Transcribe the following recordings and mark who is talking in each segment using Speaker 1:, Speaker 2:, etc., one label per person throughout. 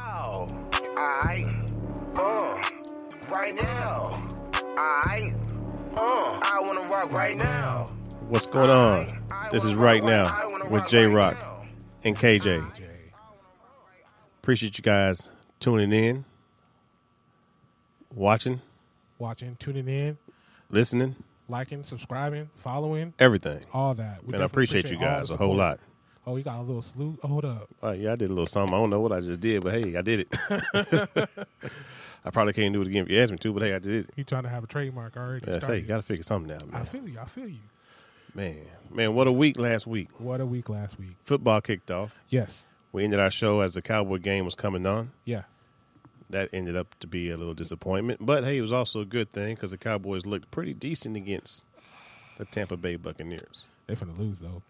Speaker 1: now. I, uh, right now. I, uh, I wanna rock right now.
Speaker 2: What's going on? This is Right Now with J Rock and KJ. Appreciate you guys tuning in, watching,
Speaker 3: watching, tuning in,
Speaker 2: listening,
Speaker 3: liking, subscribing, following,
Speaker 2: everything.
Speaker 3: all that. Oh, We
Speaker 2: And
Speaker 3: definitely
Speaker 2: I appreciate, you
Speaker 3: all
Speaker 2: guys
Speaker 3: the
Speaker 2: a whole
Speaker 3: support.
Speaker 2: lot.
Speaker 3: Oh, we got a little salute. Hold up.
Speaker 2: All right, yeah, I did a little something. I don't know what I just did, but hey, I did it. I probably can't do it again if you ask me to, but hey, I did it.
Speaker 3: You trying to have a trademark already.
Speaker 2: Yeah, say,
Speaker 3: started.
Speaker 2: you got to figure something out,
Speaker 3: I
Speaker 2: man.
Speaker 3: feel you. I feel you.
Speaker 2: Man, man, what a week last week.
Speaker 3: What a week last week.
Speaker 2: Football kicked off.
Speaker 3: Yes.
Speaker 2: We ended our show as the Cowboy game was coming on.
Speaker 3: Yeah.
Speaker 2: That ended up to be a little disappointment, but hey, it was also a good thing because the Cowboys looked pretty decent against the Tampa Bay Buccaneers.
Speaker 3: They finna lose though.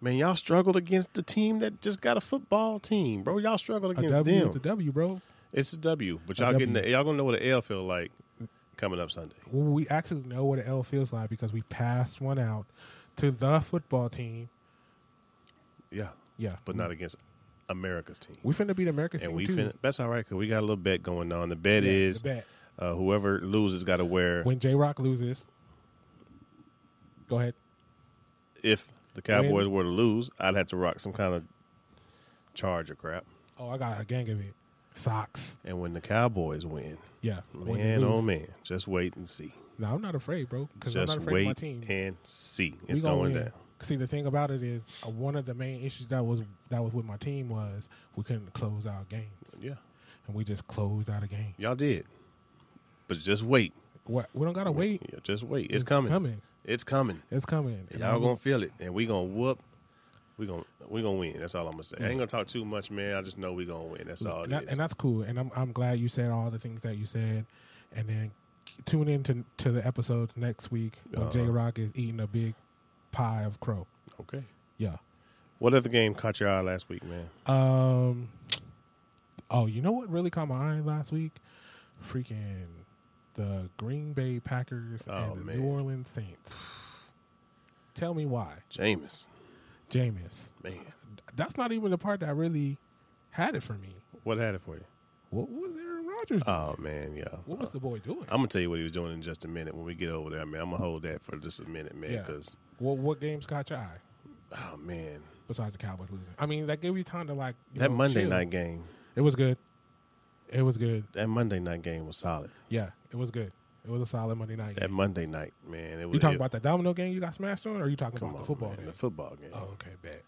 Speaker 2: Man, y'all struggled against the team that just got a football team, bro. Y'all struggled
Speaker 3: A
Speaker 2: against
Speaker 3: W
Speaker 2: them.
Speaker 3: is a W, bro.
Speaker 2: It's a W, but
Speaker 3: A
Speaker 2: y'all getting
Speaker 3: W.
Speaker 2: the, y'all gonna know what an L feel like coming up Sunday.
Speaker 3: Well, we actually know what an L feels like because we passed one out to the football team.
Speaker 2: Yeah,
Speaker 3: Yeah.
Speaker 2: but not against America's team.
Speaker 3: We finna beat America's
Speaker 2: and
Speaker 3: team
Speaker 2: we
Speaker 3: too.
Speaker 2: fin- that's all right because we got a little bet going on. The bet
Speaker 3: Yeah, the
Speaker 2: is
Speaker 3: bet.
Speaker 2: Uh, whoever loses got to wear
Speaker 3: When J Rock loses, go ahead.
Speaker 2: if the Cowboys were to lose, I'd have to rock some kind of charger crap.
Speaker 3: Oh, I got a gang of it. Socks.
Speaker 2: And when the Cowboys win,
Speaker 3: Yeah. When you
Speaker 2: man, oh
Speaker 3: lose-
Speaker 2: man, just wait and see.
Speaker 3: No, I'm not afraid, bro. Because I'm
Speaker 2: Just
Speaker 3: not afraid of my
Speaker 2: wait
Speaker 3: team.
Speaker 2: and see.
Speaker 3: We
Speaker 2: It's
Speaker 3: gonna
Speaker 2: going
Speaker 3: win.
Speaker 2: down.
Speaker 3: See, the thing about it is, uh, one of the main issues that was that was with my team was we couldn't close out games,
Speaker 2: Yeah,
Speaker 3: and we just closed out a game.
Speaker 2: y'all did, but just wait.
Speaker 3: What we don't gotta wait.
Speaker 2: Yeah, just wait. It's, coming.
Speaker 3: coming.
Speaker 2: It's coming.
Speaker 3: It's coming.
Speaker 2: And
Speaker 3: And
Speaker 2: y'all
Speaker 3: I'm-
Speaker 2: gonna feel it, and we gonna whoop. We gonna we gonna win. That's all I'm gonna say. I ain't gonna talk too much, man. I just know we gonna win. That's all. it
Speaker 3: and, that-
Speaker 2: is.
Speaker 3: and that's cool. And I'm I'm glad you said all the things that you said, and then tune in to to the episodes next week when J
Speaker 2: Uh-huh.
Speaker 3: Rock is eating a big pie of crow.
Speaker 2: okay.
Speaker 3: Yeah.
Speaker 2: What other game caught your eye last week, man?
Speaker 3: Um. Oh, you know what really caught my eye last week? Freaking the Green Bay Packers
Speaker 2: Oh,
Speaker 3: and the
Speaker 2: man.
Speaker 3: New Orleans Saints. Tell me why,
Speaker 2: Jameis,
Speaker 3: Jameis.
Speaker 2: man.
Speaker 3: That's not even the part that really had it for me.
Speaker 2: What had it for you?
Speaker 3: What was Aaron Rodgers? doing?
Speaker 2: Oh man, yeah.
Speaker 3: what was the boy doing?
Speaker 2: I'm gonna tell you what he was doing in just a minute when we get over there, man. I'm gonna hold that for just a minute, man,
Speaker 3: Yeah.
Speaker 2: because
Speaker 3: What what games caught your eye
Speaker 2: oh man,
Speaker 3: besides the Cowboys losing? I mean, that gave you time to like you
Speaker 2: that
Speaker 3: know,
Speaker 2: Monday
Speaker 3: chill.
Speaker 2: night game,
Speaker 3: It was good. It was good.
Speaker 2: that Monday night game was solid.
Speaker 3: Yeah, it was good. It was a solid Monday night.
Speaker 2: That
Speaker 3: Game.
Speaker 2: Monday night, man, it was.
Speaker 3: You talking
Speaker 2: it-
Speaker 3: about the domino game you got smashed on, or are you talking
Speaker 2: come
Speaker 3: about
Speaker 2: on,
Speaker 3: the football
Speaker 2: man,
Speaker 3: game?
Speaker 2: The football game.
Speaker 3: Oh, okay, bet.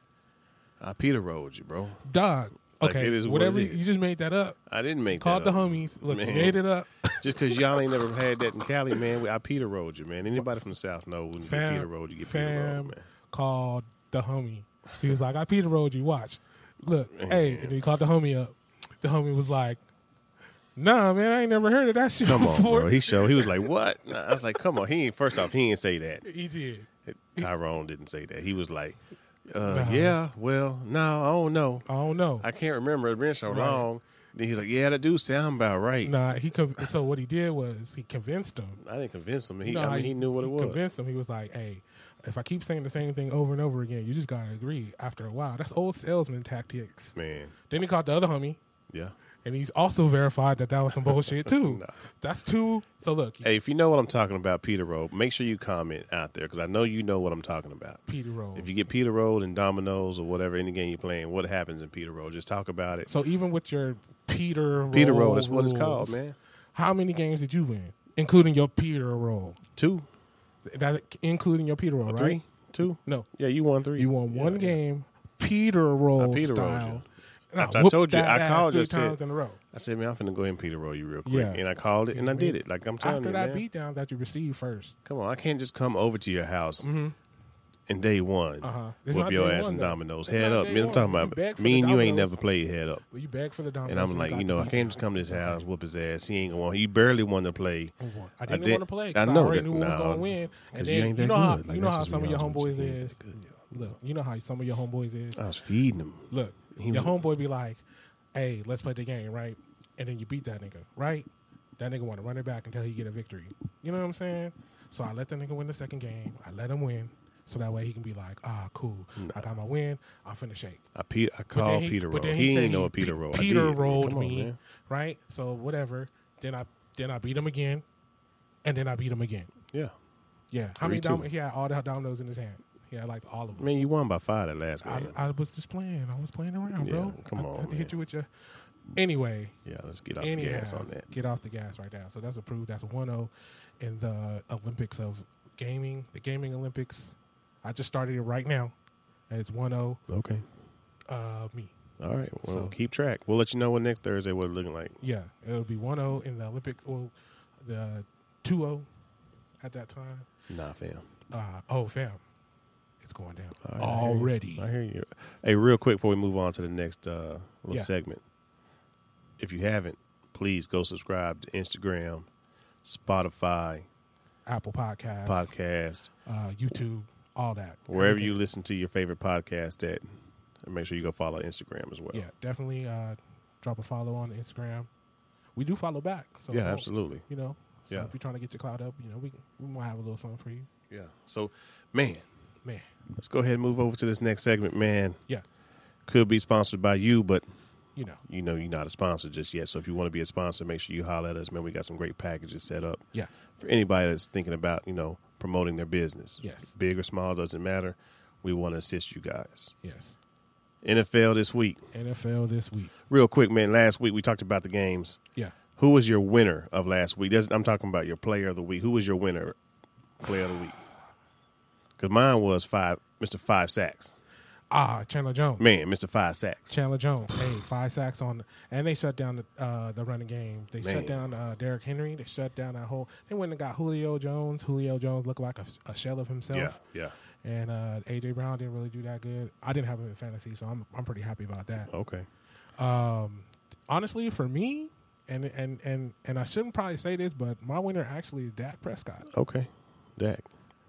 Speaker 2: I Peter rolled you, bro.
Speaker 3: Dog.
Speaker 2: Like,
Speaker 3: Okay,
Speaker 2: it is what
Speaker 3: whatever.
Speaker 2: it is.
Speaker 3: You just made that up.
Speaker 2: I didn't make
Speaker 3: Called
Speaker 2: that
Speaker 3: the
Speaker 2: up.
Speaker 3: homies. Look,
Speaker 2: Man.
Speaker 3: you ate it up.
Speaker 2: Just because y'all ain't never had that in Cali, man, we- I Peter rolled you, man. Anybody from the South know when you get
Speaker 3: Fam-
Speaker 2: Peter rolled, you get Peter
Speaker 3: fam
Speaker 2: rolled, man.
Speaker 3: Called the homie. He was like, "I Peter rolled you. Watch. Look, hey." And he called the homie up. The homie was like, "Nah, man, I ain't never heard of that shit
Speaker 2: Come on,
Speaker 3: before."
Speaker 2: bro. He showed. He was like, "What?" Nah, I was like, "Come on." He ain't. First off, he ain't say that.
Speaker 3: he did.
Speaker 2: Tyrone didn't say that. He was like, uh,
Speaker 3: Nah.
Speaker 2: "Yeah, well, no, I don't know.
Speaker 3: I don't know.
Speaker 2: I can't remember. It's been so
Speaker 3: Right.
Speaker 2: long." Then he's like, "Yeah, that do sound about right."
Speaker 3: nah, he conv- so what he did was he convinced him.
Speaker 2: I didn't convince him. He,
Speaker 3: You know
Speaker 2: I
Speaker 3: how
Speaker 2: mean, he knew what it was.
Speaker 3: Convinced him. He was like, "Hey, if I keep saying the same thing over and over again, you just gotta agree." After a while, that's old salesman tactics.
Speaker 2: Man,
Speaker 3: Then he called the other homie,
Speaker 2: yeah.
Speaker 3: and he's also verified that that was some bullshit too.
Speaker 2: Nah.
Speaker 3: That's two. So look,
Speaker 2: Hey, if you know what I'm talking about, Peter Road, make sure you comment out there because I know you know what I'm talking about.
Speaker 3: Peter Roll.
Speaker 2: If you get Peter Road and Dominoes or whatever any game you're playing, what happens in Peter Road? Just talk about it.
Speaker 3: so even with your Peter Roll
Speaker 2: Peter Road is what it's
Speaker 3: rules,
Speaker 2: called, man.
Speaker 3: How many games did you win, including your Peter Roll?
Speaker 2: Two,
Speaker 3: That including your Peter Roll, right?
Speaker 2: three, two.
Speaker 3: No,
Speaker 2: Yeah, you won three.
Speaker 3: you won
Speaker 2: Yeah,
Speaker 3: one
Speaker 2: yeah.
Speaker 3: game, Peter Roll
Speaker 2: Peter Rolled
Speaker 3: style.
Speaker 2: you.
Speaker 3: And
Speaker 2: After I
Speaker 3: whooped
Speaker 2: told you,
Speaker 3: that
Speaker 2: I
Speaker 3: ass
Speaker 2: called you,
Speaker 3: three
Speaker 2: I said-
Speaker 3: times in a row.
Speaker 2: I said, man, I'm finna go ahead and Peter roll you real quick.
Speaker 3: Yeah.
Speaker 2: And I called it and I did it. Like I'm telling
Speaker 3: After
Speaker 2: you,
Speaker 3: that
Speaker 2: man.
Speaker 3: beatdown that you received first,
Speaker 2: Come on, I can't just come over to your house and day one
Speaker 3: Mm-hmm. Uh-huh. It's
Speaker 2: whip
Speaker 3: not
Speaker 2: your
Speaker 3: day
Speaker 2: ass
Speaker 3: one,
Speaker 2: and
Speaker 3: though. It's
Speaker 2: dominoes. head
Speaker 3: not
Speaker 2: up.
Speaker 3: day
Speaker 2: Man, I'm
Speaker 3: one.
Speaker 2: talking
Speaker 3: You
Speaker 2: about
Speaker 3: beg for
Speaker 2: me
Speaker 3: the
Speaker 2: and you ain't
Speaker 3: dominoes.
Speaker 2: never played head up.
Speaker 3: you begged for the dominoes.
Speaker 2: And I'm like,
Speaker 3: got
Speaker 2: you
Speaker 3: the
Speaker 2: know, I
Speaker 3: beatdown.
Speaker 2: can't just come to his house, whoop his ass. He ain't gonna want. He barely wanted to play.
Speaker 3: I won. I didn't
Speaker 2: did-
Speaker 3: want to play. 'cause
Speaker 2: I
Speaker 3: I,
Speaker 2: know
Speaker 3: already
Speaker 2: that-
Speaker 3: knew who was
Speaker 2: nah,
Speaker 3: going to win. And
Speaker 2: 'cause you
Speaker 3: then you,
Speaker 2: ain't that
Speaker 3: know how
Speaker 2: good. Like,
Speaker 3: you know
Speaker 2: that's
Speaker 3: how
Speaker 2: just
Speaker 3: some of
Speaker 2: me.
Speaker 3: your
Speaker 2: I don't know what
Speaker 3: homeboys
Speaker 2: you ain't
Speaker 3: is.
Speaker 2: that good,
Speaker 3: Look, you know how some of your homeboys is.
Speaker 2: I was feeding him.
Speaker 3: Look,
Speaker 2: He
Speaker 3: your
Speaker 2: was-
Speaker 3: homeboy be like, "Hey, let's play the game, right?" And then you beat that nigga, right? That nigga want to run it back until he get a victory. You know what I'm saying? So I let the nigga win the second game. I let him win. So that way he can be like, ah, cool. I got my win. I'm finna shake.
Speaker 2: I, pe-
Speaker 3: But
Speaker 2: I
Speaker 3: then
Speaker 2: called Oh, Peter
Speaker 3: but
Speaker 2: Roll.
Speaker 3: then
Speaker 2: He,
Speaker 3: said
Speaker 2: didn't know a
Speaker 3: Pe-
Speaker 2: Peter Roll. I
Speaker 3: Peter
Speaker 2: did, man.
Speaker 3: rolled
Speaker 2: Come on,
Speaker 3: me,
Speaker 2: man.
Speaker 3: right? So whatever. Then I then I beat him again, and then I beat him again.
Speaker 2: Yeah.
Speaker 3: Yeah, how many
Speaker 2: 3-2.
Speaker 3: dominoes? He had all the dominoes in his hand. Yeah, like all of
Speaker 2: I
Speaker 3: them.
Speaker 2: mean, you won by five that last game.
Speaker 3: I, I was just playing. I was playing around,
Speaker 2: Yeah,
Speaker 3: bro.
Speaker 2: come
Speaker 3: I-
Speaker 2: on,
Speaker 3: I had to
Speaker 2: man.
Speaker 3: hit you with your. Anyway,
Speaker 2: yeah, let's get off the
Speaker 3: anyhow,
Speaker 2: gas on that.
Speaker 3: get off the gas right now. So that's approved. That's a 1-0 in the Olympics of gaming, the gaming Olympics. I just started it right now, and it's 1-0
Speaker 2: Okay.
Speaker 3: uh, me.
Speaker 2: All right. Well,
Speaker 3: So-
Speaker 2: keep track. We'll let you know what next Thursday what it's looking like.
Speaker 3: Yeah, it'll be 1-0 in the Olympics. Well, the 2-0 at that time.
Speaker 2: Nah, fam.
Speaker 3: Uh, oh, fam, it's going down
Speaker 2: I hear you.
Speaker 3: already.
Speaker 2: I hear you. Hey, real quick before we move on to the next uh, little
Speaker 3: Yeah.
Speaker 2: segment, if you haven't, please go subscribe to Instagram, Spotify,
Speaker 3: Apple Podcasts,
Speaker 2: podcast,
Speaker 3: uh, YouTube, all that.
Speaker 2: wherever
Speaker 3: Everything.
Speaker 2: you listen to your favorite podcast at. And make sure you go follow Instagram as well.
Speaker 3: yeah, definitely uh, drop a follow on Instagram. We do follow back. So
Speaker 2: Yeah,
Speaker 3: don't-
Speaker 2: absolutely.
Speaker 3: You know, so
Speaker 2: Yeah.
Speaker 3: if you're trying to get your cloud up, you know, we we might have a little something for you,
Speaker 2: Yeah. So, man,
Speaker 3: man.
Speaker 2: let's go ahead and move over to this next segment, man.
Speaker 3: Yeah,
Speaker 2: Could be sponsored by you, but
Speaker 3: you know,
Speaker 2: you know you're not a sponsor just yet. So if you want to be a sponsor, make sure you holler at us, man. We got some great packages set up
Speaker 3: yeah,
Speaker 2: for anybody that's thinking about, you know, promoting their business.
Speaker 3: Yes.
Speaker 2: Big or small, doesn't matter. We want to assist you guys.
Speaker 3: yes.
Speaker 2: NFL this week.
Speaker 3: NFL this week.
Speaker 2: Real quick, man. Last week we talked about the games.
Speaker 3: Yeah,
Speaker 2: Who was your winner of last week? That's- I'm talking about your player of the week. Who was your winner player of the week? Because mine was five, Mr. Five Sacks.
Speaker 3: ah, Chandler Jones.
Speaker 2: Man, Mr. Five Sacks.
Speaker 3: Chandler Jones, hey, five sacks on, and they shut down the uh, the running game. They
Speaker 2: Man.
Speaker 3: shut down uh, Derrick Henry. They shut down that whole. They went and got Julio Jones. Julio Jones looked like a, a shell of himself.
Speaker 2: Yeah, yeah.
Speaker 3: And uh, AJ Brown didn't really do that good. I didn't have him in fantasy, so I'm I'm pretty happy about that.
Speaker 2: Okay.
Speaker 3: Um, honestly, for me, and and and and I shouldn't probably say this, but my winner actually is Dak Prescott,
Speaker 2: Okay. Dak.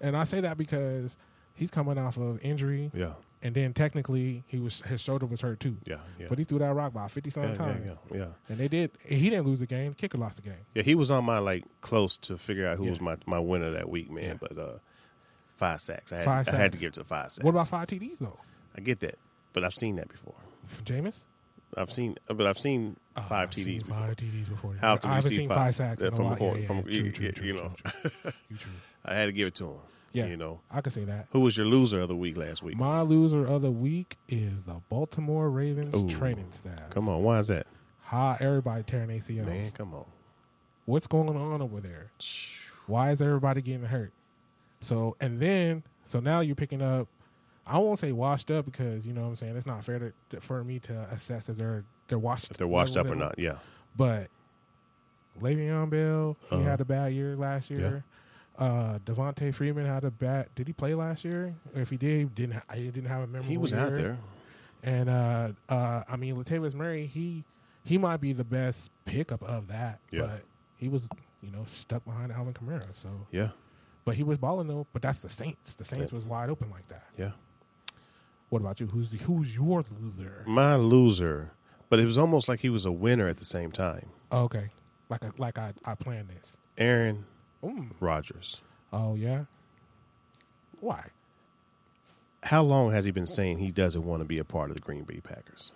Speaker 3: and I say that because he's coming off of injury,
Speaker 2: Yeah.
Speaker 3: and then technically he was his shoulder was hurt too.
Speaker 2: Yeah. Yeah.
Speaker 3: But he threw that rock by fifty
Speaker 2: yeah,
Speaker 3: something
Speaker 2: yeah,
Speaker 3: times,
Speaker 2: yeah, yeah.
Speaker 3: and they did. He didn't lose the game. The kicker lost the game.
Speaker 2: Yeah, he was on my like close to figure out who
Speaker 3: Yeah.
Speaker 2: was my, my winner that week, man.
Speaker 3: Yeah.
Speaker 2: But uh five sacks. I had,
Speaker 3: Five
Speaker 2: to, I had to
Speaker 3: sacks.
Speaker 2: give it to five sacks.
Speaker 3: What about five TDs though?
Speaker 2: I get that, but I've seen that before.
Speaker 3: For Jameis,
Speaker 2: I've seen, but I've seen
Speaker 3: Oh, I've
Speaker 2: five TDs.
Speaker 3: seen
Speaker 2: before.
Speaker 3: Five TDs before.
Speaker 2: How often do
Speaker 3: I
Speaker 2: you
Speaker 3: haven't
Speaker 2: see
Speaker 3: seen
Speaker 2: five-
Speaker 3: five, sacks
Speaker 2: uh,
Speaker 3: in a
Speaker 2: from
Speaker 3: while.
Speaker 2: a corner-
Speaker 3: yeah, yeah,
Speaker 2: from-
Speaker 3: yeah. True,
Speaker 2: you-
Speaker 3: true,
Speaker 2: you-
Speaker 3: true,
Speaker 2: you
Speaker 3: true,
Speaker 2: know.
Speaker 3: true. You true.
Speaker 2: I had to give it to him.
Speaker 3: Yeah.
Speaker 2: You know,
Speaker 3: I could say that.
Speaker 2: who was your loser of the week last week?
Speaker 3: My loser of the week is the Baltimore Ravens
Speaker 2: Ooh.
Speaker 3: training staff.
Speaker 2: Come on, why is that?
Speaker 3: Hi, everybody tearing ACLs.
Speaker 2: Man, come on.
Speaker 3: What's going on over there? Why is everybody getting hurt? So, and then, so now you're picking up, I won't say washed up because, you know what I'm saying? It's not fair to, to- for me to assess if they're, they're washed
Speaker 2: If they're washed up or
Speaker 3: whatever.
Speaker 2: not, yeah.
Speaker 3: But Le'Veon Bell, he
Speaker 2: Uh-huh.
Speaker 3: had a bad year last year. Uh, Devontae Freeman had a bad. Did he play last year? If he did, didn't ha- I didn't have a memorable.
Speaker 2: He was out
Speaker 3: year.
Speaker 2: there.
Speaker 3: And uh, uh, I mean, Latavius Murray, he he might be the best pickup of that.
Speaker 2: Yeah.
Speaker 3: But he was, you know, stuck behind Alvin Kamara. So,
Speaker 2: Yeah,
Speaker 3: but he was balling though. But that's the Saints. The Saints was wide open like that.
Speaker 2: yeah.
Speaker 3: What about you? Who's the, who's your loser?
Speaker 2: My loser, but it was almost like he was a winner at the same time.
Speaker 3: Oh, okay, like I, like I I planned this.
Speaker 2: Aaron
Speaker 3: Mm.
Speaker 2: Rodgers.
Speaker 3: Oh yeah. Why?
Speaker 2: How long has he been saying he doesn't want to be a part of the Green Bay Packers?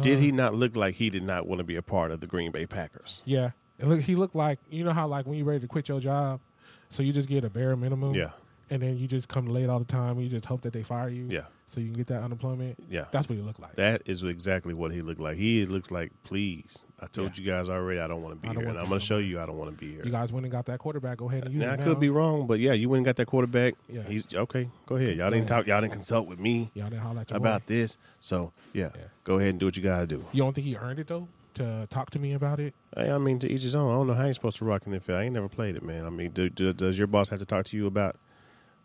Speaker 2: did
Speaker 3: Uh.
Speaker 2: he not look like he did not want to be a part of the Green Bay Packers?
Speaker 3: Yeah. It look, he looked like you know how like when you're ready to quit your job, so you just get a bare minimum.
Speaker 2: Yeah.
Speaker 3: And then you just come late all the time. And you just hope that they fire you.
Speaker 2: Yeah.
Speaker 3: So you can get that unemployment.
Speaker 2: Yeah.
Speaker 3: That's what he looked like.
Speaker 2: That is exactly what he looked like. He looks like, please, I told you guys already, I don't want to be
Speaker 3: I don't
Speaker 2: here,
Speaker 3: want
Speaker 2: and
Speaker 3: this
Speaker 2: I'm going to
Speaker 3: no
Speaker 2: show
Speaker 3: more.
Speaker 2: you I don't want to be here.
Speaker 3: you guys went and got that quarterback. Go ahead and use
Speaker 2: now, I
Speaker 3: it now.
Speaker 2: could be wrong, but yeah, you went and got that quarterback.
Speaker 3: Yeah.
Speaker 2: He's okay. Go ahead. Y'all didn't talk. Y'all didn't consult with me
Speaker 3: Y'all didn't holler at your
Speaker 2: about
Speaker 3: boy.
Speaker 2: this. So yeah,
Speaker 3: Yeah.
Speaker 2: go ahead and do what you gotta do.
Speaker 3: You don't think he earned it though to talk to me about it?
Speaker 2: Hey, I mean, to each his own. I don't know how you're supposed to rock in the field. I ain't never played it, man. I mean, do, do, does your boss have to talk to you about,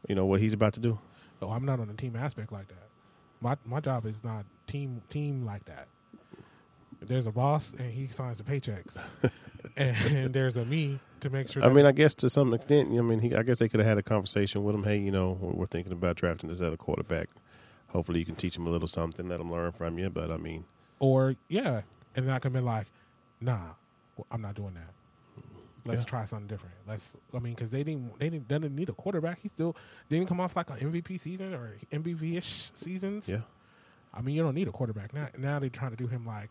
Speaker 2: you know, what he's about to do?
Speaker 3: Oh, I'm not on the team aspect like that. My my job is not team team like that. There's a boss and he signs the paychecks, and there's a me to make sure.
Speaker 2: I
Speaker 3: that-
Speaker 2: mean, I guess to some extent, I mean, he, I guess they could have had a conversation with him. Hey, you know, we're, we're thinking about drafting this other quarterback. Hopefully, you can teach him a little something, let him learn from you. But I mean,
Speaker 3: or yeah, and then I can be like, nah, well, I'm not doing that. Let's
Speaker 2: Yeah.
Speaker 3: try something different. Let's. I mean, because they didn't. They didn't. Doesn't need a quarterback. He still didn't come off like an MVP season or MVP ish seasons.
Speaker 2: Yeah.
Speaker 3: I mean, you don't need a quarterback now. Now they're trying to do him like,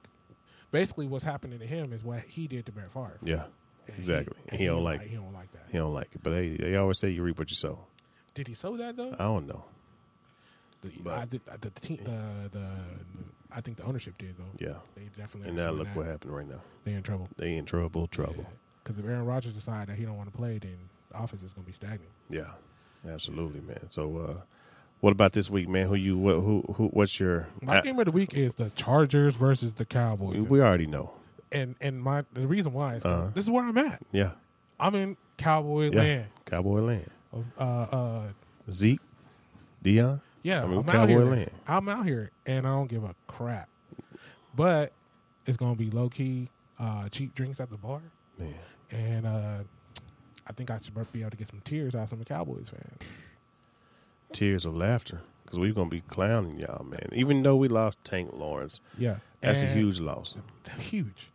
Speaker 3: basically, what's happening to him is what he did to Brett Favre.
Speaker 2: Yeah.
Speaker 3: And he-
Speaker 2: Exactly.
Speaker 3: and
Speaker 2: He don't like
Speaker 3: He
Speaker 2: it.
Speaker 3: don't like that.
Speaker 2: He don't like it. But hey, they always say you reap what you sow.
Speaker 3: Did he sow that though?
Speaker 2: I don't know.
Speaker 3: The,
Speaker 2: Uh, But-
Speaker 3: I did, I- the, team, the, the, I think the ownership did though.
Speaker 2: Yeah.
Speaker 3: They definitely.
Speaker 2: And
Speaker 3: are
Speaker 2: now
Speaker 3: suing
Speaker 2: look
Speaker 3: that.
Speaker 2: what happened right now.
Speaker 3: They in trouble.
Speaker 2: They in trouble, trouble.
Speaker 3: Because if Aaron Rodgers decide that he don't want to play, then the offense is going to be stagnant.
Speaker 2: Yeah. Absolutely, man. So uh what about this week, man? Who you what who who what's your
Speaker 3: My
Speaker 2: I-
Speaker 3: game of the week is the Chargers versus the Cowboys,
Speaker 2: Uh, we already know.
Speaker 3: and and my the reason why is 'cause
Speaker 2: Uh-huh.
Speaker 3: this is where I'm at.
Speaker 2: Yeah.
Speaker 3: I'm in Cowboy
Speaker 2: Yeah.
Speaker 3: land.
Speaker 2: Cowboy land.
Speaker 3: Of, Uh, uh,
Speaker 2: Zeke, Dion.
Speaker 3: yeah,
Speaker 2: I
Speaker 3: I
Speaker 2: mean,
Speaker 3: am
Speaker 2: Cowboy
Speaker 3: out here.
Speaker 2: land.
Speaker 3: I'm out here, and I don't give a crap. But it's going to be low key, uh, cheap drinks at the bar,
Speaker 2: Man.
Speaker 3: and uh, I think I should be able to get some tears out of some Cowboys fans.
Speaker 2: Tears of laughter. Because we're gonna be clowning y'all, man. Even though we lost Tank Lawrence,
Speaker 3: Yeah,
Speaker 2: that's a
Speaker 3: And-
Speaker 2: huge loss.
Speaker 3: huge.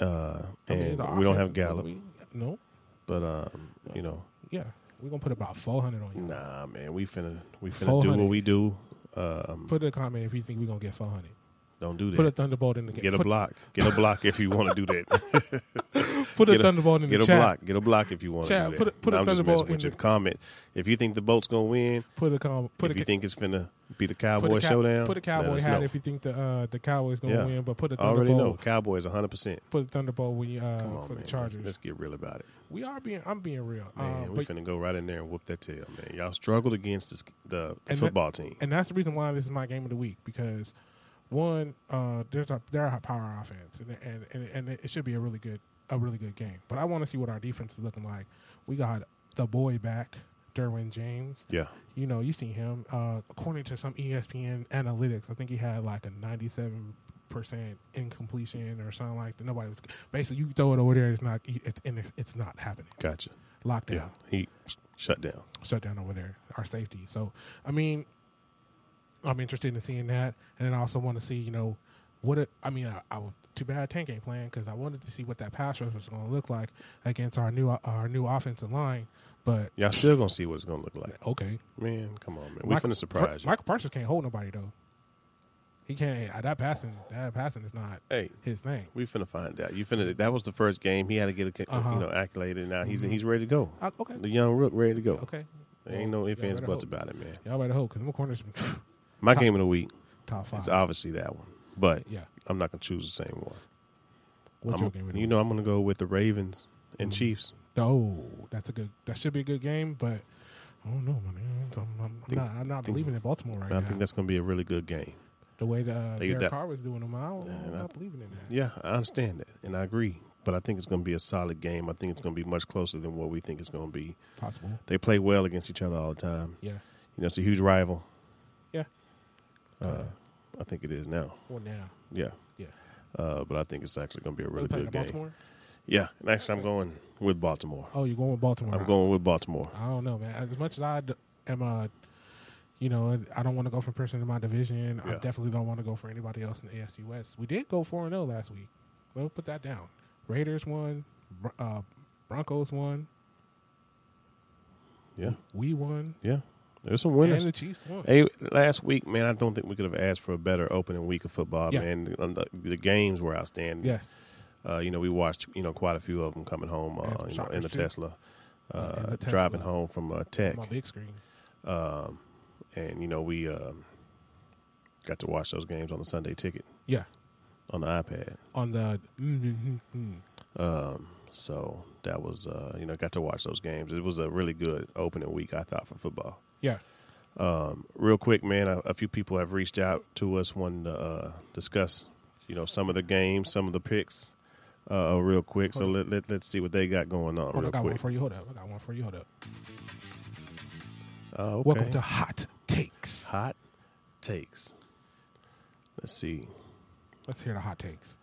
Speaker 2: Uh,
Speaker 3: I mean,
Speaker 2: and
Speaker 3: the
Speaker 2: we don't
Speaker 3: offense
Speaker 2: have
Speaker 3: is-
Speaker 2: Gallup,
Speaker 3: we- No,
Speaker 2: but um, you know,
Speaker 3: yeah, we're gonna put about four hundred on you.
Speaker 2: Nah, man, we finna we finna do
Speaker 3: 400.
Speaker 2: what we do. Um,
Speaker 3: Put a comment if you think we're gonna get four hundred.
Speaker 2: don't do
Speaker 3: Put a
Speaker 2: that.
Speaker 3: thunderbolt in the game.
Speaker 2: get a
Speaker 3: put,
Speaker 2: block. Get a block if you want to do that.
Speaker 3: put a
Speaker 2: get a-
Speaker 3: thunderbolt in
Speaker 2: get
Speaker 3: the
Speaker 2: a
Speaker 3: chat.
Speaker 2: block. Get a block if you want to
Speaker 3: Chad,
Speaker 2: do that.
Speaker 3: put a- put a
Speaker 2: Nah, I'm just
Speaker 3: thunderbolt
Speaker 2: messing with
Speaker 3: in
Speaker 2: you.
Speaker 3: the-
Speaker 2: Comment if you think the boat's gonna win.
Speaker 3: Put a com- put
Speaker 2: if
Speaker 3: a
Speaker 2: you
Speaker 3: ca-
Speaker 2: think it's finna be the
Speaker 3: put
Speaker 2: Cowboy
Speaker 3: a ca-
Speaker 2: showdown.
Speaker 3: Put a
Speaker 2: let
Speaker 3: cowboy
Speaker 2: us
Speaker 3: hat
Speaker 2: know.
Speaker 3: if you think the uh, the Cowboys gonna
Speaker 2: Yeah.
Speaker 3: win, but put a
Speaker 2: I already know
Speaker 3: thunderbolt.
Speaker 2: Cowboys 100. percent
Speaker 3: Put a thunderbolt when you uh,
Speaker 2: Come on,
Speaker 3: for
Speaker 2: man.
Speaker 3: the
Speaker 2: Let's,
Speaker 3: Chargers.
Speaker 2: let's get real about it,
Speaker 3: we are being I'm being real.
Speaker 2: man.
Speaker 3: um,
Speaker 2: we
Speaker 3: but,
Speaker 2: finna go right in there and whoop that tail, man. Y'all struggled against this, the
Speaker 3: And
Speaker 2: football team.
Speaker 3: and that's the reason why this is my game of the week because one, uh, there's a they're a high power offense, and and, and and it should be a really good a really good game. But I want to see what our defense is looking like. We got the boy back, Derwin James.
Speaker 2: yeah,
Speaker 3: You know, you seen him. Uh, according to some ESPN analytics, I think he had like a 97 percent incompletion or something like that. Nobody was basically you throw it over there. It's not. It's and it's, it's not happening.
Speaker 2: gotcha.
Speaker 3: Lockdown
Speaker 2: Yeah, he shut down.
Speaker 3: shut down over there, our safety. So, I mean, I'm interested in seeing that, and then I also want to see, you know, what it, I mean. I, I was too bad Tank ain't playing because I wanted to see what that pass rush was going to look like against our new our new offensive line. But
Speaker 2: Y'all still gonna see what it's gonna look like.
Speaker 3: okay,
Speaker 2: Man, come on, man. We finna surprise you.
Speaker 3: Michael Parsons can't hold nobody though. He can't. uh, That passing, that passing is not
Speaker 2: Hey,
Speaker 3: his thing.
Speaker 2: we finna find out. You finna. That was the first game. He had to get a kick-
Speaker 3: Uh-huh.
Speaker 2: you know accoladed. Now he's he's ready to go.
Speaker 3: Uh, okay,
Speaker 2: The young rook ready to go.
Speaker 3: okay.
Speaker 2: There ain't no ifs
Speaker 3: Y'all
Speaker 2: ands
Speaker 3: better
Speaker 2: buts
Speaker 3: hope.
Speaker 2: about it, man.
Speaker 3: Y'all better hope because my corners
Speaker 2: My game of the week
Speaker 3: top five.
Speaker 2: is obviously that one, but
Speaker 3: Yeah.
Speaker 2: I'm not gonna choose the same one.
Speaker 3: What's
Speaker 2: I'm-
Speaker 3: your game? of the
Speaker 2: you know, I'm gonna go with the Ravens and Chiefs.
Speaker 3: Oh, that's a good. That should be a good game, but I don't know, man. I'm, I'm, I'm
Speaker 2: Think-
Speaker 3: not, I'm not
Speaker 2: think-
Speaker 3: believing in Baltimore right
Speaker 2: And I
Speaker 3: now.
Speaker 2: think that's gonna be a really good game.
Speaker 3: the way the uh,
Speaker 2: they-
Speaker 3: Derek
Speaker 2: that-
Speaker 3: Carr was doing them, I don't,
Speaker 2: Yeah,
Speaker 3: I'm
Speaker 2: that-
Speaker 3: not believing in that.
Speaker 2: Yeah, I understand that, and I agree. But I think it's gonna be a solid game. I think it's gonna be much closer than what we think it's gonna be.
Speaker 3: Possible.
Speaker 2: They play well against each other all the time.
Speaker 3: Yeah.
Speaker 2: You know, it's a huge rival.
Speaker 3: Yeah.
Speaker 2: Uh, I think it is now.
Speaker 3: Well, now.
Speaker 2: Yeah.
Speaker 3: Yeah.
Speaker 2: Uh, but I think it's actually going to be a
Speaker 3: Really
Speaker 2: really
Speaker 3: playing
Speaker 2: good game.
Speaker 3: Baltimore?
Speaker 2: Yeah. And actually, I'm going with Baltimore.
Speaker 3: Oh, you're going with Baltimore.
Speaker 2: I'm going with Baltimore.
Speaker 3: I don't know, man. As much as I d- am a, you know, I don't want to go from person in my division. I
Speaker 2: Yeah.
Speaker 3: definitely don't want to go for anybody else in the AFC West. We did go four and zero last week. Let's put that down. Raiders won. Br- Uh, Broncos won.
Speaker 2: Yeah.
Speaker 3: We won.
Speaker 2: Yeah. There's some winners.
Speaker 3: And the Chiefs won.
Speaker 2: Hey, last week, man, I don't think we could have asked for a better opening week of football,
Speaker 3: Yeah.
Speaker 2: man. Um, The, the- the games were outstanding.
Speaker 3: Yes.
Speaker 2: Uh, you know, we watched, you know, quite a few of them coming home
Speaker 3: And
Speaker 2: uh,
Speaker 3: some
Speaker 2: you know, in
Speaker 3: shockers,
Speaker 2: the
Speaker 3: too.
Speaker 2: Tesla, uh,
Speaker 3: And the Tesla.
Speaker 2: driving home from uh, Tech.
Speaker 3: on my big screen.
Speaker 2: Um, and, you know, we um, got to watch those games on the Sunday ticket
Speaker 3: Yeah,
Speaker 2: on the iPad.
Speaker 3: on the mm-hmm.
Speaker 2: Um, so that was uh, you know got to watch those games. It was a really good opening week I thought for football.
Speaker 3: yeah.
Speaker 2: Um, real quick, man, a, a few people have reached out to us wanting to uh, discuss you know some of the games, some of the picks. Uh, real quick, so
Speaker 3: Hold
Speaker 2: let, let let's see what they got going on
Speaker 3: Hold on, I
Speaker 2: Oh, real
Speaker 3: got one
Speaker 2: quick.
Speaker 3: for you. Hold up, I got one for you. Hold up.
Speaker 2: Uh, okay.
Speaker 3: Welcome to Hot Takes.
Speaker 2: hot takes. Let's see.
Speaker 3: Let's hear the hot takes.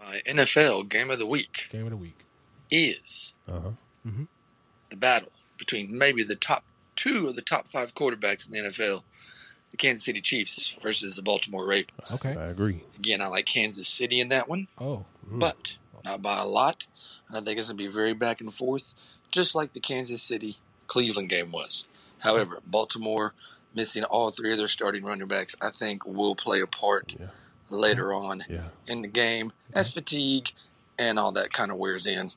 Speaker 4: My NFL game of the week
Speaker 3: Game of the week.
Speaker 4: is
Speaker 2: Uh huh.
Speaker 4: the battle between maybe the top two of the top five quarterbacks in the NFL, the Kansas City Chiefs versus the Baltimore Ravens.
Speaker 3: Okay.
Speaker 2: I agree.
Speaker 4: Again, I like Kansas City in that one,
Speaker 3: Oh,
Speaker 2: Mm.
Speaker 4: but not by a lot. And I think it's going to be very back and forth, just like the Kansas City Cleveland game was. However, Baltimore missing all three of their starting running backs, I think, will play a part
Speaker 2: Yeah.
Speaker 4: later on
Speaker 2: Yeah.
Speaker 4: in the game as fatigue and all that kind of wears in.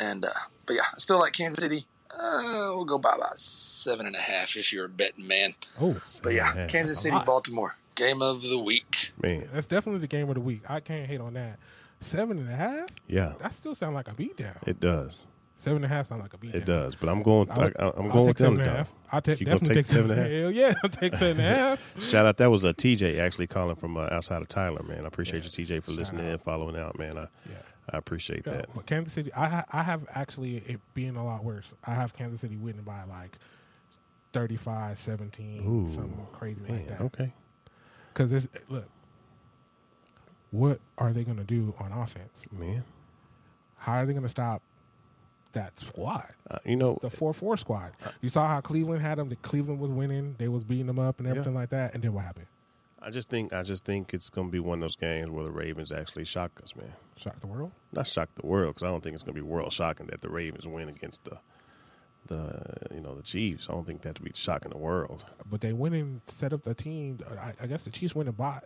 Speaker 4: And uh, but yeah, I still like Kansas City. Uh, we'll go by about seven and a half if you're a betting man.
Speaker 3: Oh,
Speaker 4: But yeah,
Speaker 2: Yeah,
Speaker 4: Kansas
Speaker 3: a
Speaker 4: City,
Speaker 3: lot.
Speaker 4: Baltimore game of the week.
Speaker 2: Man.
Speaker 3: that's definitely the game of the week. I can't hate on that. Seven and a half?
Speaker 2: Yeah.
Speaker 3: That still sound like a beatdown.
Speaker 2: It does.
Speaker 3: Seven and a half sound like a beatdown.
Speaker 2: It does. But I'm going.
Speaker 3: I'll-
Speaker 2: I, I, am
Speaker 3: I'll
Speaker 2: going
Speaker 3: take
Speaker 2: with
Speaker 3: seven and
Speaker 2: them.
Speaker 3: a
Speaker 2: Though.
Speaker 3: half. I'll take
Speaker 2: You gonna
Speaker 3: definitely
Speaker 2: take seven and a half?
Speaker 3: Hell yeah, I'll take seven and a half.
Speaker 2: Shout out. That was a TJ actually calling from uh, outside of Tyler. Man, I appreciate you, TJ, for
Speaker 3: Shout
Speaker 2: listening
Speaker 3: out.
Speaker 2: and following out. Man, I
Speaker 3: Yeah.
Speaker 2: I appreciate
Speaker 3: No,
Speaker 2: that.
Speaker 3: But Kansas City, I ha- I have actually it being a lot worse. I have Kansas City winning by like 35, 17,
Speaker 2: Ooh,
Speaker 3: something crazy
Speaker 2: Man,
Speaker 3: like that.
Speaker 2: okay.
Speaker 3: Because it's look, what are they going to do on offense?
Speaker 2: Man,
Speaker 3: How are they going to stop that squad,
Speaker 2: uh, you know,
Speaker 3: the four four squad? You saw how Cleveland had them. That Cleveland was winning, they was beating them up and everything like that. And then what happened?
Speaker 2: I just think I just think it's going to be one of those games where the Ravens actually shock us, man.
Speaker 3: Shocked the world.
Speaker 2: Not shock the world because I don't think it's going to be world shocking that the Ravens win against the the you know the Chiefs. I don't think that would be shocking the world.
Speaker 3: but they went and set up the team. I, I guess the Chiefs went and bought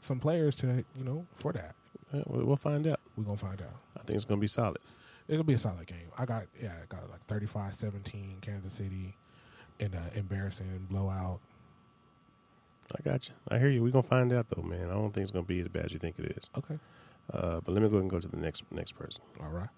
Speaker 3: some players to you know for that.
Speaker 2: Yeah, we- we'll find out.
Speaker 3: We're gonna find out.
Speaker 2: I think it's going to be solid.
Speaker 3: It'll be a solid game. I got yeah, I got like 35-17 Kansas City in an embarrassing blowout.
Speaker 2: I got you. I hear you. We're gonna find out though, man. I don't think it's gonna be as bad as you think it is.
Speaker 3: Okay,
Speaker 2: Uh, but let me go ahead and go to the next next person.
Speaker 3: all right.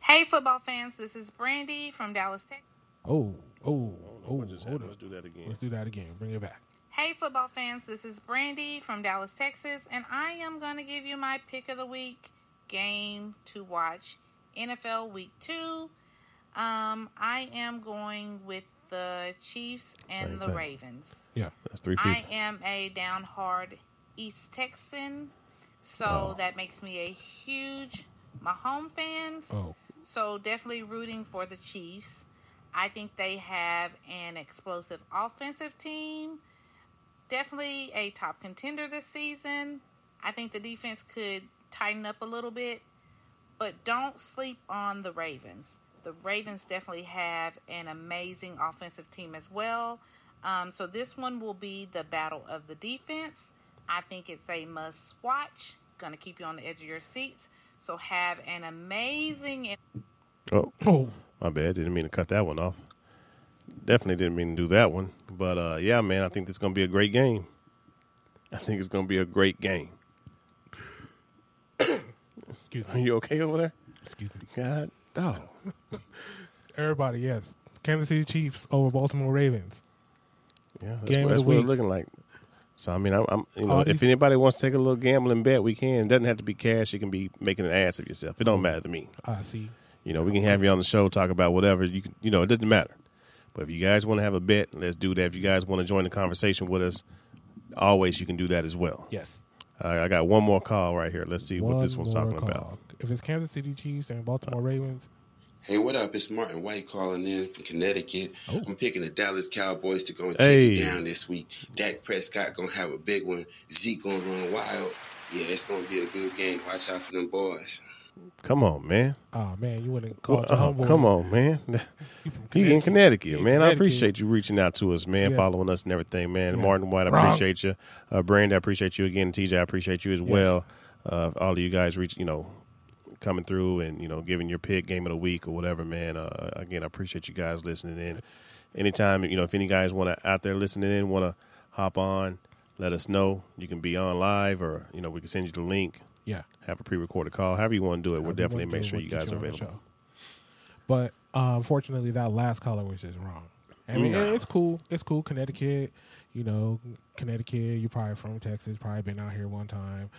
Speaker 5: Hey, football fans, this is Brandy from Dallas, Texas.
Speaker 3: Oh oh oh, hold up.
Speaker 2: do that again.
Speaker 3: Let's do that again. Bring it back.
Speaker 5: Hey, football fans, this is Brandy from Dallas, Texas, and I am going to give you my pick of the week game to watch NFL Week 2. Um, I am going with the Chiefs and
Speaker 2: Same
Speaker 5: the
Speaker 2: thing.
Speaker 5: Ravens.
Speaker 3: Yeah.
Speaker 2: That's three people.
Speaker 5: I am a down hard East Texan, so
Speaker 2: Oh.
Speaker 5: that makes me a huge Mahomes fan.
Speaker 3: Oh
Speaker 5: So definitely rooting for the Chiefs. I think they have an explosive offensive team. Definitely a top contender this season. I think the defense could tighten up a little bit, but don't sleep on the Ravens. The Ravens definitely have an amazing offensive team as well. Um, so this one will be the battle of the defense. I think it's a must watch. Going to keep you on the edge of your seats. So have an amazing and
Speaker 2: Oh,
Speaker 3: oh
Speaker 2: my bad. Didn't mean to cut that one off. Definitely didn't mean to do that one. But uh, yeah, man, I think it's gonna be a great game. I think it's gonna be a great game.
Speaker 3: excuse
Speaker 2: Are
Speaker 3: me
Speaker 2: you okay over there?
Speaker 3: excuse me.
Speaker 2: God, dog.
Speaker 3: Everybody yes, Kansas City Chiefs over Baltimore Ravens.
Speaker 2: Yeah, that's,
Speaker 3: Game
Speaker 2: what,
Speaker 3: of
Speaker 2: that's
Speaker 3: the
Speaker 2: what
Speaker 3: week.
Speaker 2: it's
Speaker 3: Uh,
Speaker 2: looking like. So I mean, I'm, I'm you know,
Speaker 3: All
Speaker 2: if
Speaker 3: these-
Speaker 2: anybody wants to take a little gambling bet, we can. It doesn't have to be cash. You can be making an ass of yourself. It
Speaker 3: Oh.
Speaker 2: don't matter to me.
Speaker 3: I Uh, see.
Speaker 2: You know, we can have you on the show, talk about whatever. You can, you know, it doesn't matter. But if you guys want to have a bet, let's do that. If you guys want to join the conversation with us, always you can do that as well.
Speaker 3: Yes.
Speaker 2: I I got one more call right here. Let's see what this
Speaker 3: One
Speaker 2: one's
Speaker 3: more
Speaker 2: talking
Speaker 3: call.
Speaker 2: about. Uh,
Speaker 3: If it's Kansas City Chiefs and Baltimore Ravens,
Speaker 6: Hey, what up? It's Martin White calling in from Connecticut. I'm picking the Dallas Cowboys to go and
Speaker 2: Hey.
Speaker 6: take it down this week. Dak Prescott gonna have a big one. Zeke gonna run wild. Yeah, it's gonna be a good game. Watch out for them boys.
Speaker 2: Come on, man.
Speaker 3: oh man, you wouldn't call
Speaker 2: Oh, come on, man. He in Connecticut, man. I appreciate you reaching out to us, man,
Speaker 3: Yeah.
Speaker 2: following us and everything, man.
Speaker 3: Yeah.
Speaker 2: Martin White, I
Speaker 3: Wrong.
Speaker 2: appreciate you. Uh, Brand, I appreciate you again. TJ, I appreciate you as well. Uh, all of you guys, reach, you know, coming through and you know giving your pick game of the week or whatever, man. Uh, again, I appreciate you guys listening in. Anytime, you know, if any guys want to out there listening in, want to hop on, let us know. You can be on live, or you know, we can send you the link.
Speaker 3: Yeah.
Speaker 2: Have a pre-recorded call, however you want to do it. We'll
Speaker 3: However you
Speaker 2: definitely
Speaker 3: wanna do
Speaker 2: make
Speaker 3: it,
Speaker 2: sure
Speaker 3: we'll
Speaker 2: you
Speaker 3: get
Speaker 2: guys are
Speaker 3: on the
Speaker 2: available.
Speaker 3: show. But uh, unfortunately, that last caller was just wrong. I mean,
Speaker 2: Yeah.
Speaker 3: it's cool. It's cool. Connecticut, you know, Connecticut. You're probably from Texas. Probably been out here one time.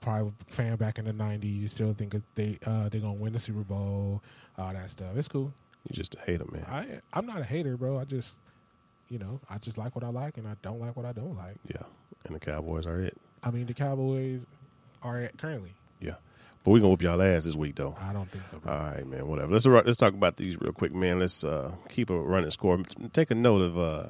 Speaker 3: Probably fan back in the '90s. You still think that they uh, they're gonna win the Super Bowl? All that stuff. It's cool.
Speaker 2: You just hate them, man.
Speaker 3: I I'm not a hater, bro. I just, you know, I just like what I like, and I don't like what I don't like.
Speaker 2: Yeah, and the Cowboys are it.
Speaker 3: I mean, the Cowboys are at currently.
Speaker 2: Yeah, but we gonna whoop y'all ass this week though.
Speaker 3: I don't think so. Bro.
Speaker 2: All right, man. Whatever. Let's let's talk about these real quick, man. Let's uh, keep a running score. Take a note of uh,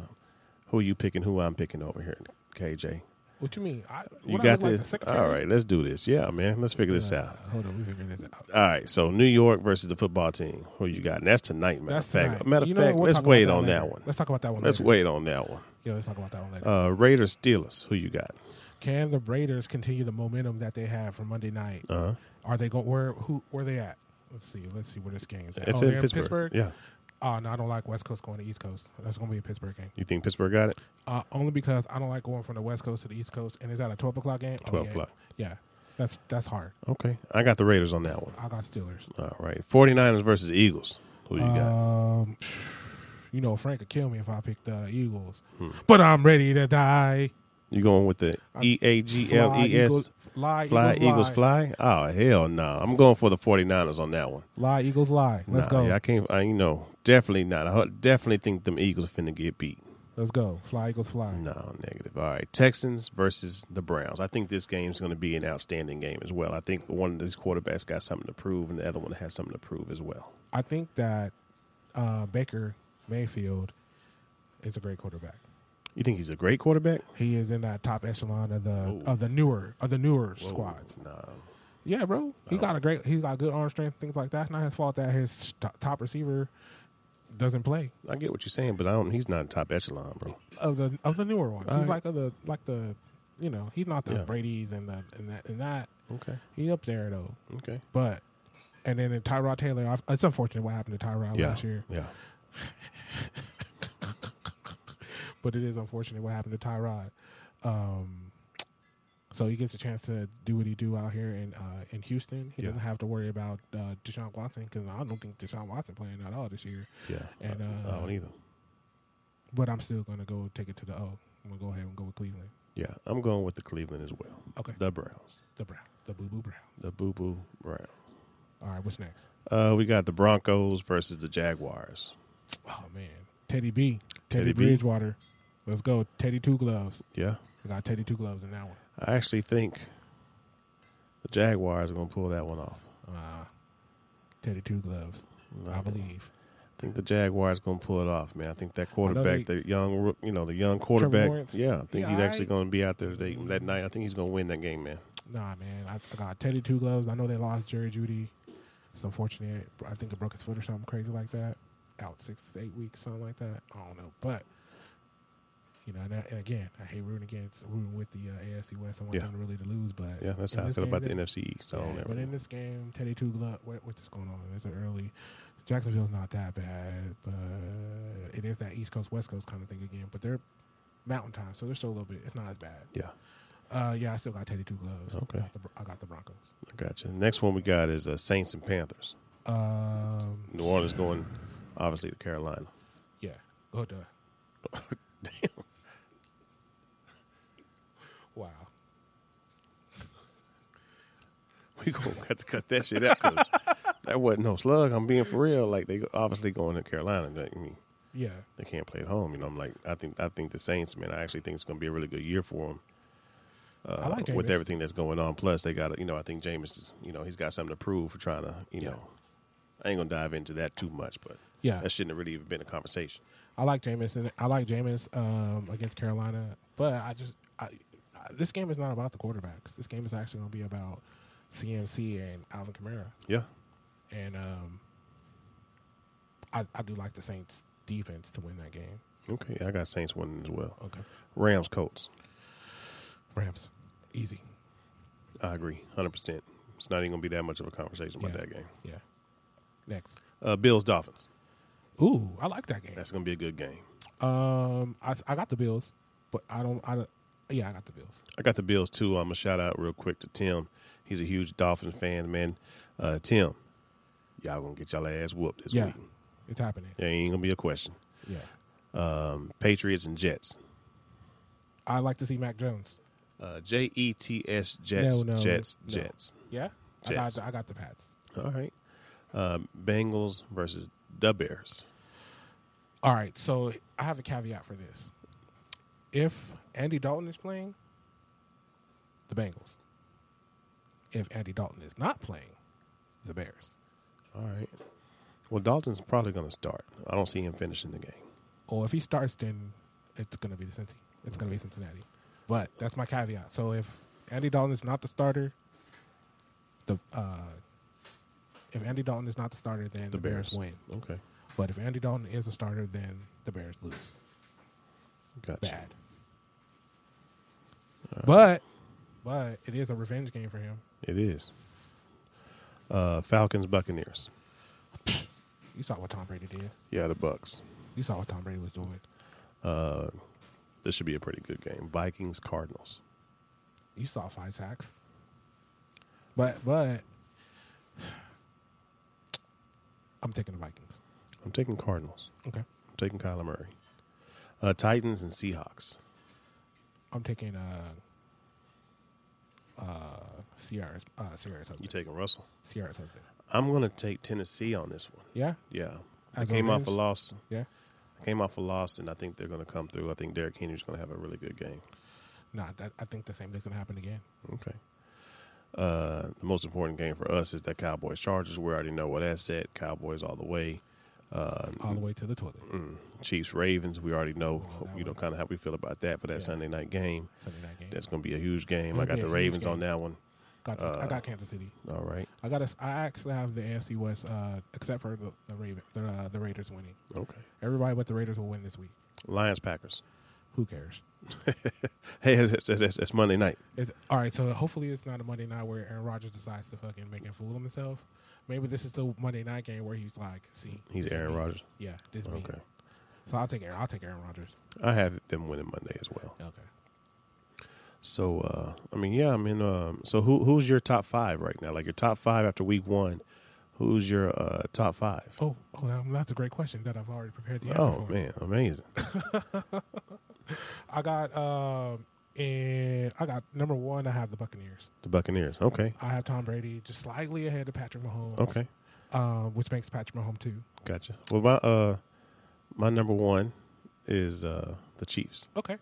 Speaker 2: who you picking, who I'm picking over here, KJ.
Speaker 3: What you mean? I,
Speaker 2: You
Speaker 3: what I
Speaker 2: got
Speaker 3: look like, the
Speaker 2: this.
Speaker 3: secretary?
Speaker 2: All right, let's do this. Yeah, man, let's figure this out.
Speaker 3: Hold on, we figure this out.
Speaker 2: All right, so New York versus the football team. Who you got? And that's tonight, matter of
Speaker 3: That's
Speaker 2: fact.
Speaker 3: tonight.
Speaker 2: Matter of
Speaker 3: You know what?
Speaker 2: fact,
Speaker 3: We'll
Speaker 2: let's
Speaker 3: talk about
Speaker 2: wait on that
Speaker 3: later.
Speaker 2: one.
Speaker 3: Let's talk about that one.
Speaker 2: Let's
Speaker 3: later.
Speaker 2: wait on that one.
Speaker 3: Yeah, let's talk about that one later.
Speaker 2: Uh, Raiders Steelers. Who you got?
Speaker 3: Can the Raiders continue the momentum that they had from Monday night?
Speaker 2: Uh-huh.
Speaker 3: Are they going where? Who? Where they at? Let's see. Let's see where this game is. At.
Speaker 2: It's
Speaker 3: oh,
Speaker 2: in
Speaker 3: they're
Speaker 2: Pittsburgh. Yeah.
Speaker 3: Oh no, I don't like West Coast going to East Coast. That's going to be a Pittsburgh game.
Speaker 2: You think Pittsburgh got it?
Speaker 3: Uh, only because I don't like going from the West Coast to the East Coast, and is that a twelve o'clock game? Oh,
Speaker 2: 12
Speaker 3: yeah.
Speaker 2: o'clock.
Speaker 3: Yeah, that's that's hard.
Speaker 2: Okay. I got the Raiders on that one.
Speaker 3: I got Steelers.
Speaker 2: All right. 49ers versus Eagles. Who you got?
Speaker 3: Um, you know Frank would kill me if I picked the Eagles,
Speaker 2: Hmm.
Speaker 3: but I'm ready to die.
Speaker 2: You going with the E A G L
Speaker 3: Fly
Speaker 2: E S
Speaker 3: Eagles- fly,
Speaker 2: Fly
Speaker 3: Eagles,
Speaker 2: Eagles
Speaker 3: fly.
Speaker 2: fly? Oh hell no. I'm going for the 49ers on that one.
Speaker 3: Lie Eagles lie. Let's
Speaker 2: Nah,
Speaker 3: go.
Speaker 2: yeah, I can't I you know, definitely not. I ho- definitely think them Eagles are finna get beat.
Speaker 3: Let's go. Fly Eagles fly.
Speaker 2: No, negative. All right. Texans versus the Browns. I think this game's going to be an outstanding game as well. I think one of these quarterbacks got something to prove, and the other one has something to prove as well.
Speaker 3: I think that uh, Baker Mayfield is a great quarterback.
Speaker 2: You think he's a great quarterback?
Speaker 3: He is in that top echelon of the of the newer of the newer squads.
Speaker 2: No.
Speaker 3: Yeah, bro. He got a great. He got good arm strength, things like that. It's not his fault that his t- top receiver doesn't play
Speaker 2: I get what you're saying, but I don't. He's not top echelon, bro.
Speaker 3: of the of the newer ones. he's
Speaker 2: Alright.
Speaker 3: like of the like the, you know, he's not the
Speaker 2: Yeah.
Speaker 3: Brady's and the and that, and that.
Speaker 2: Okay.
Speaker 3: He up there though,
Speaker 2: Okay.
Speaker 3: but. And then in Tyrod Taylor, I've- it's unfortunate what happened to Tyrod
Speaker 2: Yeah.
Speaker 3: last year,
Speaker 2: Yeah.
Speaker 3: but it is unfortunate what happened to Tyrod. Um, so he gets a chance to do what he do out here in uh, in Houston. He
Speaker 2: Yeah.
Speaker 3: doesn't have to worry about uh, Deshaun Watson because I don't think Deshaun Watson playing at all this year.
Speaker 2: Yeah.
Speaker 3: And,
Speaker 2: I don't
Speaker 3: uh,
Speaker 2: either.
Speaker 3: But I'm still gonna go take it to the O. I'm gonna go ahead and go with Cleveland.
Speaker 2: Yeah. I'm going with the Cleveland as well.
Speaker 3: Okay.
Speaker 2: The Browns.
Speaker 3: The Browns, the Boo Boo Browns.
Speaker 2: The Boo Boo Browns.
Speaker 3: All right, what's next?
Speaker 2: Uh, we got the Broncos versus the Jaguars.
Speaker 3: Oh man, Teddy B, Teddy,
Speaker 2: Teddy B.
Speaker 3: Bridgewater. Let's go, Teddy Two Gloves.
Speaker 2: Yeah.
Speaker 3: I got Teddy Two Gloves in that one.
Speaker 2: I actually think the Jaguars are going to pull that one off.
Speaker 3: Uh, Teddy Two Gloves, I believe.
Speaker 2: I think the Jaguars going to pull it off, man. I think that quarterback,
Speaker 3: he-
Speaker 2: the young, roo- you know, the young quarterback.
Speaker 3: Lawrence?
Speaker 2: Yeah, I think
Speaker 3: Yeah,
Speaker 2: he's actually
Speaker 3: I-
Speaker 2: going to be out there today, that night. I think he's going to win that game, man.
Speaker 3: Nah, man, I, I got Teddy Two Gloves. I know they lost Jerry Judy. It's unfortunate. I think it broke his foot or something crazy like that. Out six to eight weeks, something like that. I don't know, but. You know, and, I, and again, I hate rooting against rooting with the uh, AFC West. I want
Speaker 2: Yeah.
Speaker 3: them to really to lose, but
Speaker 2: Yeah, that's
Speaker 3: in
Speaker 2: how I
Speaker 3: this
Speaker 2: feel
Speaker 3: game,
Speaker 2: about the
Speaker 3: this-
Speaker 2: NFC East. I
Speaker 3: Yeah,
Speaker 2: don't
Speaker 3: but
Speaker 2: ever
Speaker 3: in this game, Teddy Two Glove, what, what's going on? It's an early. Jacksonville's not that bad, but it is that East Coast West Coast kind of thing again. But they're Mountain Time, so they're still a little bit. It's not as bad.
Speaker 2: Yeah,
Speaker 3: Uh, yeah, I still got Teddy Two Gloves.
Speaker 2: Okay.
Speaker 3: I got the, Bro- I got the Broncos.
Speaker 2: I gotcha. Next one we got is uh, Saints and Panthers.
Speaker 3: Um,
Speaker 2: New Orleans going, obviously, to Carolina.
Speaker 3: yeah, Oh, go to
Speaker 2: Damn.
Speaker 3: wow.
Speaker 2: we gonna have to cut that shit out 'cause that wasn't no slug. I'm being for real. Like they obviously going to Carolina. Like, I mean,
Speaker 3: Yeah,
Speaker 2: they can't play at home. You know, I'm like, I think, I think the Saints, man. I actually think it's gonna be a really good year for them.
Speaker 3: I like Jameis.
Speaker 2: with everything that's going on. Plus, they got you know I think Jameis is you know he's got something to prove for trying to you know I ain't gonna dive into that too much, but
Speaker 3: Yeah.
Speaker 2: that shouldn't have really even been a conversation.
Speaker 3: I like Jameis, and I like Jameis um, against Carolina. But I just I, I, this game is not about the quarterbacks. This game is actually going to be about CMC and Alvin Kamara.
Speaker 2: Yeah,
Speaker 3: and um, I, I do like the Saints defense to win that game.
Speaker 2: okay, I got Saints winning as well.
Speaker 3: Okay,
Speaker 2: Rams Colts,
Speaker 3: Rams, easy.
Speaker 2: I agree, hundred percent. It's not even gonna be that much of a conversation about
Speaker 3: Yeah.
Speaker 2: that game.
Speaker 3: Yeah. Next,
Speaker 2: Uh, Bills Dolphins,
Speaker 3: ooh, I like that game.
Speaker 2: that's gonna be a good game.
Speaker 3: Um, I, s- I got the Bills, but I don't. I don't, yeah, I got the Bills.
Speaker 2: I got the Bills too. I'm gonna shout out real quick to Tim. He's a huge Dolphins fan, man. Uh, Tim, y'all gonna get y'all ass whooped this
Speaker 3: yeah,
Speaker 2: week.
Speaker 3: it's happening.
Speaker 2: There ain't gonna be a question.
Speaker 3: Yeah,
Speaker 2: Um, Patriots and Jets.
Speaker 3: I like to see Mac Jones.
Speaker 2: Uh, J E T S Jets
Speaker 3: No, no,
Speaker 2: Jets
Speaker 3: no.
Speaker 2: Jets.
Speaker 3: Yeah, I
Speaker 2: Jets.
Speaker 3: got the, I got the Pats.
Speaker 2: All right. Um, Bengals versus the Bears.
Speaker 3: All right, so I have a caveat for this. If Andy Dalton is playing, the Bengals. If Andy Dalton is not playing, the Bears.
Speaker 2: All right. Well, Dalton's probably going to start. I don't see him finishing the game.
Speaker 3: Or if he starts, then it's going to be the Cincy. It's going to be Cincinnati. But that's my caveat. So if Andy Dalton is not the starter, the uh, if Andy Dalton is not the starter, then the, Bears. win.
Speaker 2: Okay,
Speaker 3: But if Andy Dalton is a starter, then the Bears lose.
Speaker 2: gotcha.
Speaker 3: Bad. But but it is a revenge game for him.
Speaker 2: It is. Uh, Falcons Buccaneers.
Speaker 3: You saw what Tom Brady did.
Speaker 2: Yeah, the Bucks.
Speaker 3: You saw what Tom Brady was doing.
Speaker 2: Uh, this should be a pretty good game. Vikings Cardinals.
Speaker 3: You saw five sacks. But but I'm taking the Vikings.
Speaker 2: I'm taking Cardinals.
Speaker 3: Okay.
Speaker 2: I'm taking Kyler Murray. Uh, Titans and Seahawks.
Speaker 3: I'm taking uh uh Sierra's uh Sierra's
Speaker 2: You
Speaker 3: husband.
Speaker 2: taking Russell?
Speaker 3: Sierra's husband.
Speaker 2: I'm gonna take Tennessee on this one.
Speaker 3: Yeah?
Speaker 2: Yeah, I
Speaker 3: As a
Speaker 2: came off a
Speaker 3: revenge?
Speaker 2: loss.
Speaker 3: Yeah.
Speaker 2: I came off a loss, and I think they're gonna come through. I think Derrick Henry's gonna have a really good game.
Speaker 3: Nah, that, I think the same thing's gonna happen again.
Speaker 2: Okay. Uh, the most important game for us is that Cowboys Chargers. We already know what that's at. Cowboys all the way. Mm-hmm.
Speaker 3: All the way to the toilet.
Speaker 2: Chiefs Ravens. We already know.
Speaker 3: Oh, that
Speaker 2: you know
Speaker 3: one.
Speaker 2: kind of how we feel about that for that Sunday night game.
Speaker 3: Sunday night game.
Speaker 2: That's gonna be a huge game.
Speaker 3: It'll
Speaker 2: I
Speaker 3: be
Speaker 2: got
Speaker 3: a
Speaker 2: the
Speaker 3: huge
Speaker 2: Ravens
Speaker 3: game.
Speaker 2: on that one.
Speaker 3: Got to, I
Speaker 2: uh,
Speaker 3: got Kansas City.
Speaker 2: All right.
Speaker 3: I got. A, I actually have the AFC West, uh, except for the the, Raven, the, uh, the Raiders winning.
Speaker 2: Okay.
Speaker 3: Everybody but the Raiders will win this week.
Speaker 2: Lions Packers.
Speaker 3: Who cares?
Speaker 2: Hey, it's, it's, it's, it's Monday night.
Speaker 3: It's, all right. So hopefully it's not a Monday night where Aaron Rodgers decides to fucking make a fool of himself. Maybe this is the Monday night game where he's like, "See,
Speaker 2: He's
Speaker 3: this is
Speaker 2: Aaron
Speaker 3: me.
Speaker 2: Rodgers.
Speaker 3: Yeah, this is me.
Speaker 2: Okay.
Speaker 3: So I'll take Aaron. I'll take Aaron Rodgers.
Speaker 2: I have them winning Monday as well.
Speaker 3: Okay.
Speaker 2: So uh, I mean, yeah, I mean, um, so who who's your top five right now? Like your top five after week one, who's your uh, top five?
Speaker 3: Oh, oh, um, that's a great question that I've already prepared the answer
Speaker 2: Oh
Speaker 3: for.
Speaker 2: man, amazing!
Speaker 3: I got um, and I got number one. I have the Buccaneers.
Speaker 2: The Buccaneers. Okay,
Speaker 3: I have Tom Brady just slightly ahead of Patrick Mahomes.
Speaker 2: okay,
Speaker 3: Um, which makes Patrick Mahomes two.
Speaker 2: gotcha. Well, my uh, my number one is uh the Chiefs.
Speaker 3: Okay.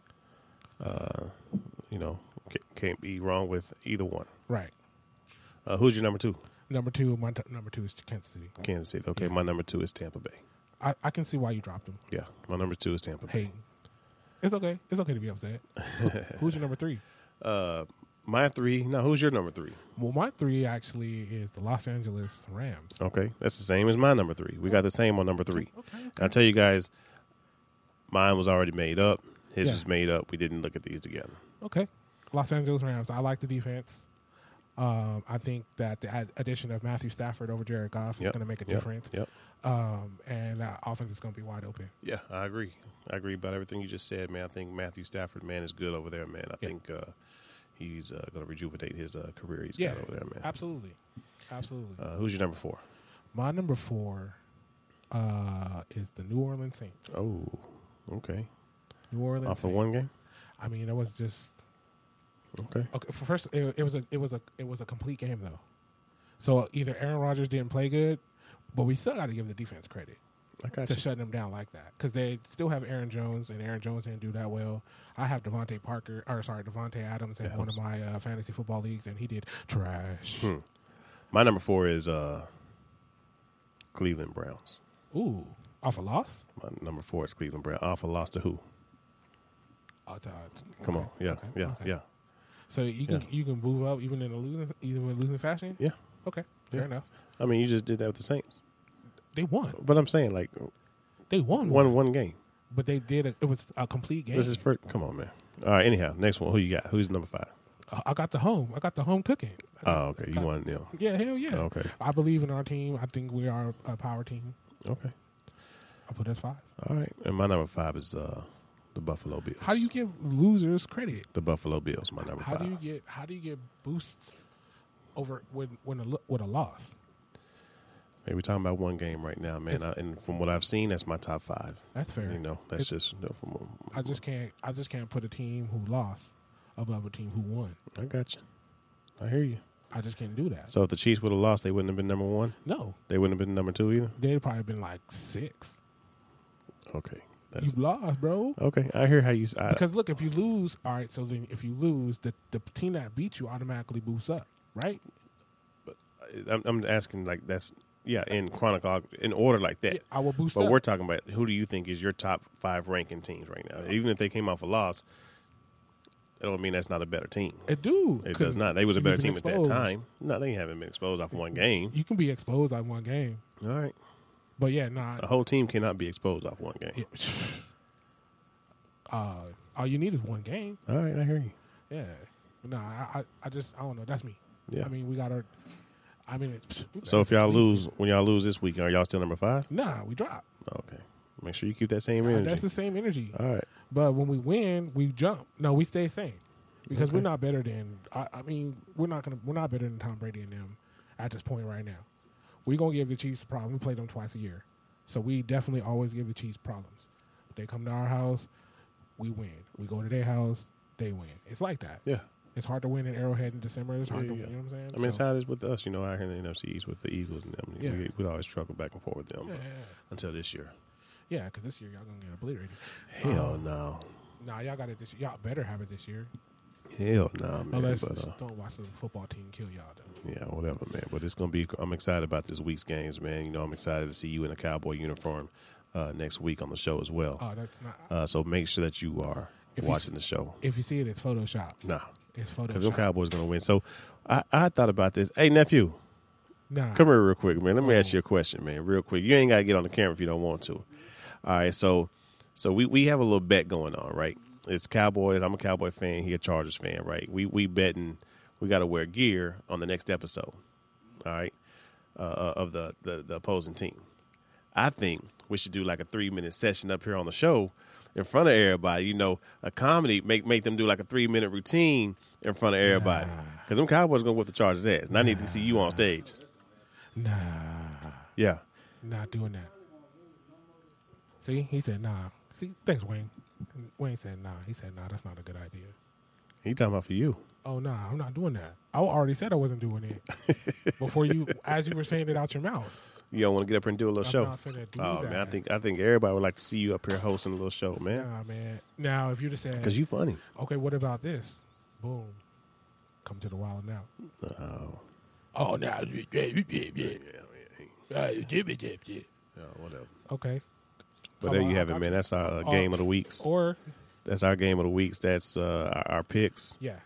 Speaker 2: You know, ca- can't be wrong with either one.
Speaker 3: Right.
Speaker 2: Uh, who's your number two?
Speaker 3: Number two, my t- number two is Kansas City.
Speaker 2: Kansas City. Okay, my number two is Tampa Bay.
Speaker 3: I, I can see why you dropped him.
Speaker 2: Yeah, my number two is Tampa Bay.
Speaker 3: Hey, it's okay. It's okay to be upset. Who's your number three?
Speaker 2: Uh, my three. Now, who's your number three?
Speaker 3: Well, my three actually is the Los Angeles Rams.
Speaker 2: Okay, that's the same as my number three. We got the same on number three.
Speaker 3: Okay.
Speaker 2: And I tell you guys, mine was already made up. His
Speaker 3: Yeah.
Speaker 2: was made up. We didn't look at these together.
Speaker 3: Okay. Los Angeles Rams. I like the defense. Um, I think that the ad- addition of Matthew Stafford over Jared Goff is
Speaker 2: Yep,
Speaker 3: going to make a
Speaker 2: yep,
Speaker 3: difference.
Speaker 2: Yep.
Speaker 3: Um, and that offense is going to be wide open.
Speaker 2: Yeah, I agree. I agree about everything you just said, man. I think Matthew Stafford, man, is good over there, man. I think uh, he's uh, going to rejuvenate his uh, career he's
Speaker 3: Yeah.
Speaker 2: got over there, man.
Speaker 3: Absolutely. Absolutely.
Speaker 2: Uh, who's your number four?
Speaker 3: My number four uh, is the New Orleans Saints.
Speaker 2: Oh, okay.
Speaker 3: New Orleans.
Speaker 2: Off of
Speaker 3: Saints.
Speaker 2: one game?
Speaker 3: I mean, it was just
Speaker 2: Okay.
Speaker 3: okay. For first, it, it was a it was a it was a complete game though. So either Aaron Rodgers didn't play good, but we still got to give the defense credit
Speaker 2: I got
Speaker 3: to
Speaker 2: you.
Speaker 3: shutting them down like that because they still have Aaron Jones and Aaron Jones didn't do that well. I have Devonte Parker or sorry Devonte Adams in one of my uh, fantasy football leagues and he did trash.
Speaker 2: Hmm. My number four is uh, Cleveland Browns.
Speaker 3: Ooh, off a loss.
Speaker 2: My number four is Cleveland Browns. Off a loss to who?
Speaker 3: Oh, to-
Speaker 2: Uh, Come
Speaker 3: okay,
Speaker 2: on. Yeah,
Speaker 3: okay,
Speaker 2: yeah,
Speaker 3: okay.
Speaker 2: yeah.
Speaker 3: So you can
Speaker 2: Yeah.
Speaker 3: you can move up even in a losing even in losing fashion.
Speaker 2: Yeah.
Speaker 3: Okay, fair
Speaker 2: Yeah.
Speaker 3: enough.
Speaker 2: I mean, you just did that with the Saints.
Speaker 3: They won.
Speaker 2: But I'm saying, like,
Speaker 3: They won.
Speaker 2: Uh, one one game.
Speaker 3: But they did. A, it was a complete game.
Speaker 2: This is for come on, man. All right. Anyhow, next one. Who you got? Who's number five?
Speaker 3: I I got the home. I got the home cooking. I got-
Speaker 2: Oh, okay. You won nil.
Speaker 3: Yeah, hell yeah.
Speaker 2: Oh, Okay.
Speaker 3: I believe in our team. I think we are a power team.
Speaker 2: Okay.
Speaker 3: I put us five.
Speaker 2: All right. And my number five is uh the Buffalo Bills.
Speaker 3: How do you give losers credit?
Speaker 2: the Buffalo Bills? My number
Speaker 3: How
Speaker 2: five.
Speaker 3: do you get how do you get boosts over when when a lo- with a loss?
Speaker 2: Hey, we're talking about one game right now, man. I, and from what I've seen, that's my top five.
Speaker 3: That's fair.
Speaker 2: You know, that's just you know, from.
Speaker 3: I just can't I just can't put a team who lost above a team who won.
Speaker 2: I got you. I hear you.
Speaker 3: I just can't do that.
Speaker 2: So if the Chiefs would have lost, they wouldn't have been number one.
Speaker 3: No,
Speaker 2: They wouldn't have been number two either.
Speaker 3: they'd probably been like six.
Speaker 2: Okay.
Speaker 3: You
Speaker 2: That's Uh,
Speaker 3: lost, bro.
Speaker 2: okay. I hear how you. s- I,
Speaker 3: Because look, if you lose, all right. So then, if you lose, the the team that beat you automatically boosts up, right?
Speaker 2: I'm, I'm asking like that's yeah in chronicle in order like that.
Speaker 3: Yeah, I will boost
Speaker 2: Eh, But
Speaker 3: up.
Speaker 2: we're talking about who do you think is your top five ranking teams right now? Even if they came off a loss, That don't mean that's not a better team.
Speaker 3: It do.
Speaker 2: It
Speaker 3: 'cause
Speaker 2: does not. They was a
Speaker 3: you've
Speaker 2: better
Speaker 3: been
Speaker 2: team at
Speaker 3: exposed.
Speaker 2: that time. No, they haven't been exposed off one game.
Speaker 3: You can be exposed on one game,
Speaker 2: All right,
Speaker 3: but yeah, nah.
Speaker 2: a whole team cannot be exposed off one game.
Speaker 3: yeah. Uh, all you need is one game.
Speaker 2: All right, I hear you.
Speaker 3: Yeah. Nah, I, I, I just I don't know. That's me.
Speaker 2: Yeah.
Speaker 3: I mean, we got our. I mean, it's,
Speaker 2: So if y'all lose, when y'all lose this weekend, are y'all still number five?
Speaker 3: nah, we drop.
Speaker 2: Okay, make sure you keep that same
Speaker 3: That's
Speaker 2: energy.
Speaker 3: the same energy.
Speaker 2: All right,
Speaker 3: But when we win, we jump. No, we stay same because we're
Speaker 2: Okay.
Speaker 3: not better than. I, I mean, we're not gonna. We're not better than Tom Brady and them at this point right now. We're gonna give the Chiefs a problem. We play them twice a year, so we definitely always give the Chiefs problems. They come to our house, we win. We go to their house, they win. It's like that.
Speaker 2: yeah.
Speaker 3: It's hard to win in Arrowhead in December. It's hard
Speaker 2: Yeah,
Speaker 3: to
Speaker 2: yeah.
Speaker 3: win. You know what I'm saying?
Speaker 2: I mean, it's
Speaker 3: So-
Speaker 2: how it is with us, you know, out here in the NFC East with the Eagles and them.
Speaker 3: Yeah.
Speaker 2: We, we'd always struggle back and forth with them
Speaker 3: yeah, yeah,
Speaker 2: until this year.
Speaker 3: yeah. Because this year y'all gonna get obliterated.
Speaker 2: Hell no.
Speaker 3: Nah, y'all got it this. Y'all better have it this year.
Speaker 2: Hell no, man.
Speaker 3: Unless
Speaker 2: but, uh,
Speaker 3: don't watch the football team kill y'all. Though.
Speaker 2: yeah, whatever, man. But it's gonna be. I'm excited about this week's games, man. You know, I'm excited to see you in a cowboy uniform uh, next week on the show as well.
Speaker 3: Oh, that's not.
Speaker 2: Uh, so make sure that you are
Speaker 3: If you
Speaker 2: watching
Speaker 3: s-
Speaker 2: the show.
Speaker 3: If you see it, it's Photoshop.
Speaker 2: Nah,
Speaker 3: It's
Speaker 2: because them
Speaker 3: Photoshop.
Speaker 2: Cowboys gonna win. So I, I thought about this. Hey, nephew,
Speaker 3: nah,
Speaker 2: Come here real quick, man. Let me ask you a question, man, real quick. You ain't gotta get on the camera if you don't want to. All right, so so we, we have a little bet going on, right? It's Cowboys. I'm a Cowboy fan. He a Chargers fan, right? We we betting. We got to wear gear on the next episode. All right, uh, of the, the the opposing team. I think we should do like a three minute session up here on the show in front of everybody. You know, a comedy make make them do like a three minute routine in front of everybody because them Cowboys gonna whip the Chargers ass, and I need to see you on stage.
Speaker 3: nah,
Speaker 2: Yeah.
Speaker 3: not doing that. See, he said nah. See, thanks, Wayne. Wayne said nah. He said nah. That's not a good idea.
Speaker 2: He talking about for you.
Speaker 3: Oh nah, I'm not doing that. I already said I wasn't doing it before you, as you were saying it out your mouth.
Speaker 2: You don't want to get up here and do a little
Speaker 3: I'm
Speaker 2: show.
Speaker 3: not finna do
Speaker 2: oh
Speaker 3: that.
Speaker 2: man, I think I think everybody would like to see you up here hosting a little show, man.
Speaker 3: Nah, man. Now, if you just said,
Speaker 2: Because you funny.
Speaker 3: okay, what about this? Boom, come to the wild now.
Speaker 2: Oh.
Speaker 3: Oh, now,
Speaker 2: Yeah, yeah,
Speaker 3: okay.
Speaker 2: yeah, Oh, whatever. But there
Speaker 3: Oh,
Speaker 2: you
Speaker 3: I
Speaker 2: have it,
Speaker 3: got
Speaker 2: man.
Speaker 3: you.
Speaker 2: That's our uh,
Speaker 3: Oh,
Speaker 2: game of the weeks.
Speaker 3: Or
Speaker 2: That's our game of the weeks. That's uh, our, our picks.
Speaker 3: yeah,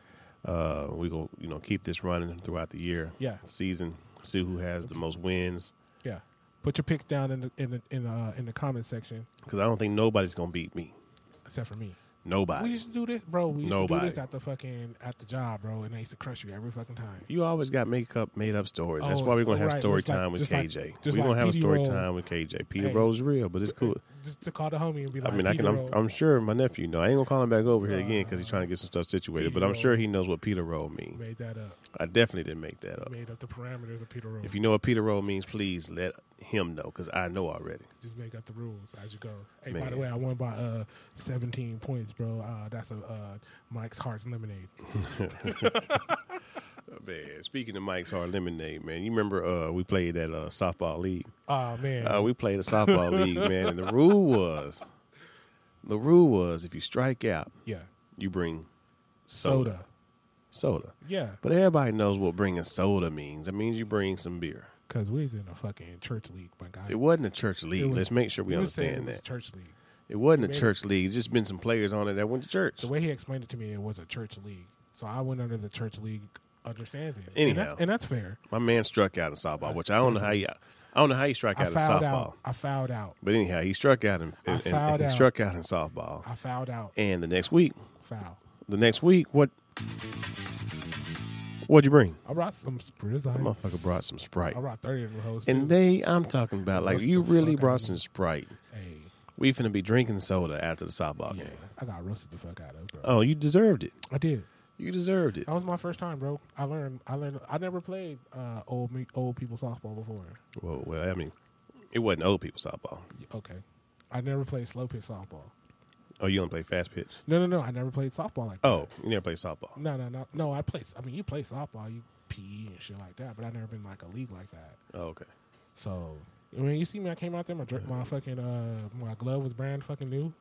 Speaker 2: Uh, we go, you know, keep this running throughout the year,
Speaker 3: Yeah.
Speaker 2: season. See who has the most wins.
Speaker 3: yeah. Put your picks down in the in the in the, uh, in the comment section,
Speaker 2: Because I don't think nobody's gonna beat me.
Speaker 3: except for me. We
Speaker 2: Nobody.
Speaker 3: used to do this, bro. We used to
Speaker 2: Nobody.
Speaker 3: do this at the fucking at the job, bro, and they used to crush you every fucking time.
Speaker 2: You always got make up, made up stories. That's
Speaker 3: Oh,
Speaker 2: why we're gonna have
Speaker 3: right.
Speaker 2: story
Speaker 3: Just like-
Speaker 2: time with
Speaker 3: just like-
Speaker 2: KJ.
Speaker 3: just
Speaker 2: we're
Speaker 3: like
Speaker 2: gonna have a
Speaker 3: Petey
Speaker 2: story
Speaker 3: Roll.
Speaker 2: time with KJ. Peter
Speaker 3: Hey.
Speaker 2: Roll's real, but it's cool.
Speaker 3: Just to call the homie and be
Speaker 2: I
Speaker 3: like,
Speaker 2: mean, I can.
Speaker 3: "Peter
Speaker 2: I'm,
Speaker 3: Roll."
Speaker 2: I'm sure my nephew. know. I ain't gonna call him back over here again because he's trying to get some stuff situated.
Speaker 3: Peter
Speaker 2: but I'm
Speaker 3: Roll.
Speaker 2: sure he knows what Peter Roll means.
Speaker 3: made that up.
Speaker 2: I definitely didn't make that up.
Speaker 3: Made up the parameters of Peter Roll.
Speaker 2: If you know what Peter Roll means, please let him know because I know already.
Speaker 3: just make up the rules as you go. Hey, by the
Speaker 2: Man.
Speaker 3: way, I won by uh 17 points, bro. Uh, that's a uh, Mike's Hearts Lemonade.
Speaker 2: Man, speaking of Mike's Hard Lemonade, man, you remember uh, we played that uh, softball league.
Speaker 3: Oh man,
Speaker 2: Uh, we played a softball league, man, and the rule was, the rule was, if you strike out,
Speaker 3: yeah,
Speaker 2: you bring
Speaker 3: soda.
Speaker 2: soda. Soda.
Speaker 3: Yeah,
Speaker 2: But everybody knows what bringing soda means. It means you bring some beer.
Speaker 3: because we was in a fucking church league, my guy.
Speaker 2: It wasn't a church league.
Speaker 3: It was-
Speaker 2: Let's make sure we
Speaker 3: he was saying
Speaker 2: understand
Speaker 3: it was
Speaker 2: that.
Speaker 3: church league.
Speaker 2: It wasn't a
Speaker 3: Maybe.
Speaker 2: church league. It's just been some players on it that went to church.
Speaker 3: The way he explained it to me, it was a church league. So I went under the church league understanding. and
Speaker 2: Anyhow.
Speaker 3: that's, and that's fair.
Speaker 2: My man struck out in softball, which I don't know how you. I don't know how you struck
Speaker 3: I
Speaker 2: out in
Speaker 3: fouled
Speaker 2: softball,
Speaker 3: out. I fouled out.
Speaker 2: but anyhow, he struck out in, in, in-
Speaker 3: fouled
Speaker 2: he
Speaker 3: out.
Speaker 2: struck out in softball.
Speaker 3: I fouled out.
Speaker 2: And the next week,
Speaker 3: Foul.
Speaker 2: the next week, what? What'd you bring?
Speaker 3: I brought some spritz.
Speaker 2: That
Speaker 3: I-
Speaker 2: motherfucker brought some Sprite,
Speaker 3: I brought thirty of them hoes.
Speaker 2: and
Speaker 3: too.
Speaker 2: they. I'm talking about like
Speaker 3: What's
Speaker 2: you
Speaker 3: the
Speaker 2: really
Speaker 3: fuck I
Speaker 2: brought
Speaker 3: mean?
Speaker 2: some Sprite.
Speaker 3: hey,
Speaker 2: We finna be drinking soda after the softball
Speaker 3: yeah,
Speaker 2: game.
Speaker 3: I got roasted the fuck out of, bro.
Speaker 2: Oh, you deserved it.
Speaker 3: I did.
Speaker 2: You deserved it.
Speaker 3: That was my first time, bro. I learned. I learned. I never played uh, old me, old people softball before.
Speaker 2: Well, well, I mean, it wasn't old people softball.
Speaker 3: Okay, I never played slow pitch softball.
Speaker 2: Oh, you don't play fast pitch.
Speaker 3: No, no, no. I never played softball like that.
Speaker 2: Oh, you never play softball.
Speaker 3: No, no, no, no. I play. I mean, you play softball, you PE and shit like that. But I never been like a league like that.
Speaker 2: Oh, okay.
Speaker 3: So I mean, you see me, I came out there. My dr-
Speaker 2: Mm-hmm.
Speaker 3: my fucking uh my glove was brand fucking new.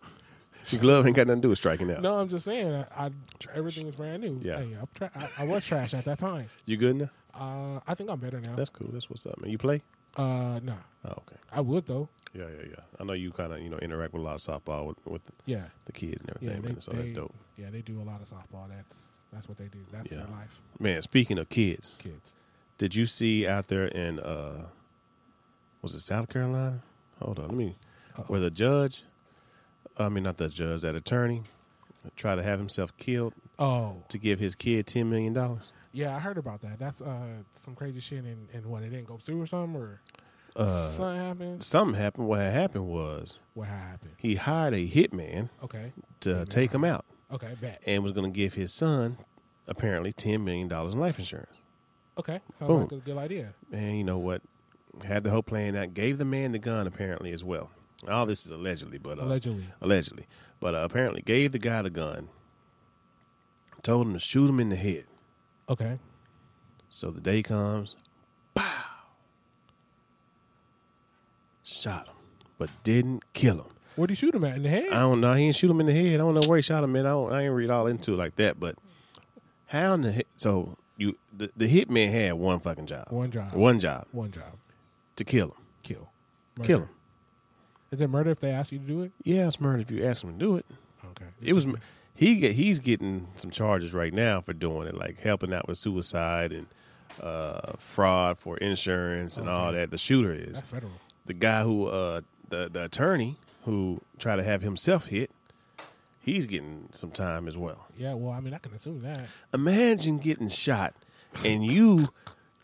Speaker 2: Your glove ain't got nothing to do with striking out.
Speaker 3: No, I'm just saying, I, I everything was brand new.
Speaker 2: Yeah.
Speaker 3: Hey, I'm tra- I, I was trash at that time.
Speaker 2: You good now?
Speaker 3: Uh, I think I'm better now.
Speaker 2: That's cool. That's what's up, man. You play?
Speaker 3: uh, nah,
Speaker 2: Oh, okay.
Speaker 3: I would though.
Speaker 2: Yeah, yeah, yeah. I know you kind of you know interact with a lot of softball with, with
Speaker 3: Yeah,
Speaker 2: the kids and
Speaker 3: yeah,
Speaker 2: everything,
Speaker 3: they,
Speaker 2: man. So
Speaker 3: they,
Speaker 2: that's dope,
Speaker 3: yeah, they do a lot of softball. That's that's what they do. That's
Speaker 2: Yeah.
Speaker 3: their life,
Speaker 2: man. Speaking of kids,
Speaker 3: kids.
Speaker 2: did you see out there in uh, was it South Carolina? Hold on, let me. Where the judge, I mean not the judge, that attorney, tried to have himself killed
Speaker 3: Oh,
Speaker 2: to give his kid ten million dollars.
Speaker 3: yeah, I heard about that. That's uh some crazy shit, and and what it didn't go through or something, or
Speaker 2: Uh,
Speaker 3: something happened.
Speaker 2: Something happened. What had happened was
Speaker 3: What happened?
Speaker 2: he hired a hitman
Speaker 3: Okay,
Speaker 2: to take him out
Speaker 3: okay, bet.
Speaker 2: and was going to give his son apparently ten million dollars in life insurance.
Speaker 3: Okay, sounds
Speaker 2: Boom.
Speaker 3: like a good idea.
Speaker 2: And you know what? Had the whole plan out. Gave the man the gun apparently as well. All this is allegedly, but uh,
Speaker 3: Allegedly,
Speaker 2: allegedly, but uh, apparently gave the guy the gun. Told him to shoot him in the head.
Speaker 3: okay.
Speaker 2: So the day comes, pow, shot him, but didn't kill him.
Speaker 3: Where'd he shoot him at in the head?
Speaker 2: I don't know. He didn't shoot him in the head. I don't know where he shot him at. I, don't, I ain't read all into it like that. But how in the he- so you the, the hitman had one fucking job.
Speaker 3: One job.
Speaker 2: One job
Speaker 3: One job,
Speaker 2: to kill him.
Speaker 3: kill, murder.
Speaker 2: Kill him.
Speaker 3: Is it murder if they ask you to do it?
Speaker 2: Yeah, it's murder if you ask him to do it.
Speaker 3: Okay,
Speaker 2: It was he get he's getting some charges right now for doing it, like helping out with suicide and uh, fraud for insurance and all that. The shooter is
Speaker 3: that's federal.
Speaker 2: the guy who uh the the attorney who tried to have himself hit, he's getting some time as well.
Speaker 3: Yeah, well, I mean, I can assume that.
Speaker 2: Imagine getting shot and you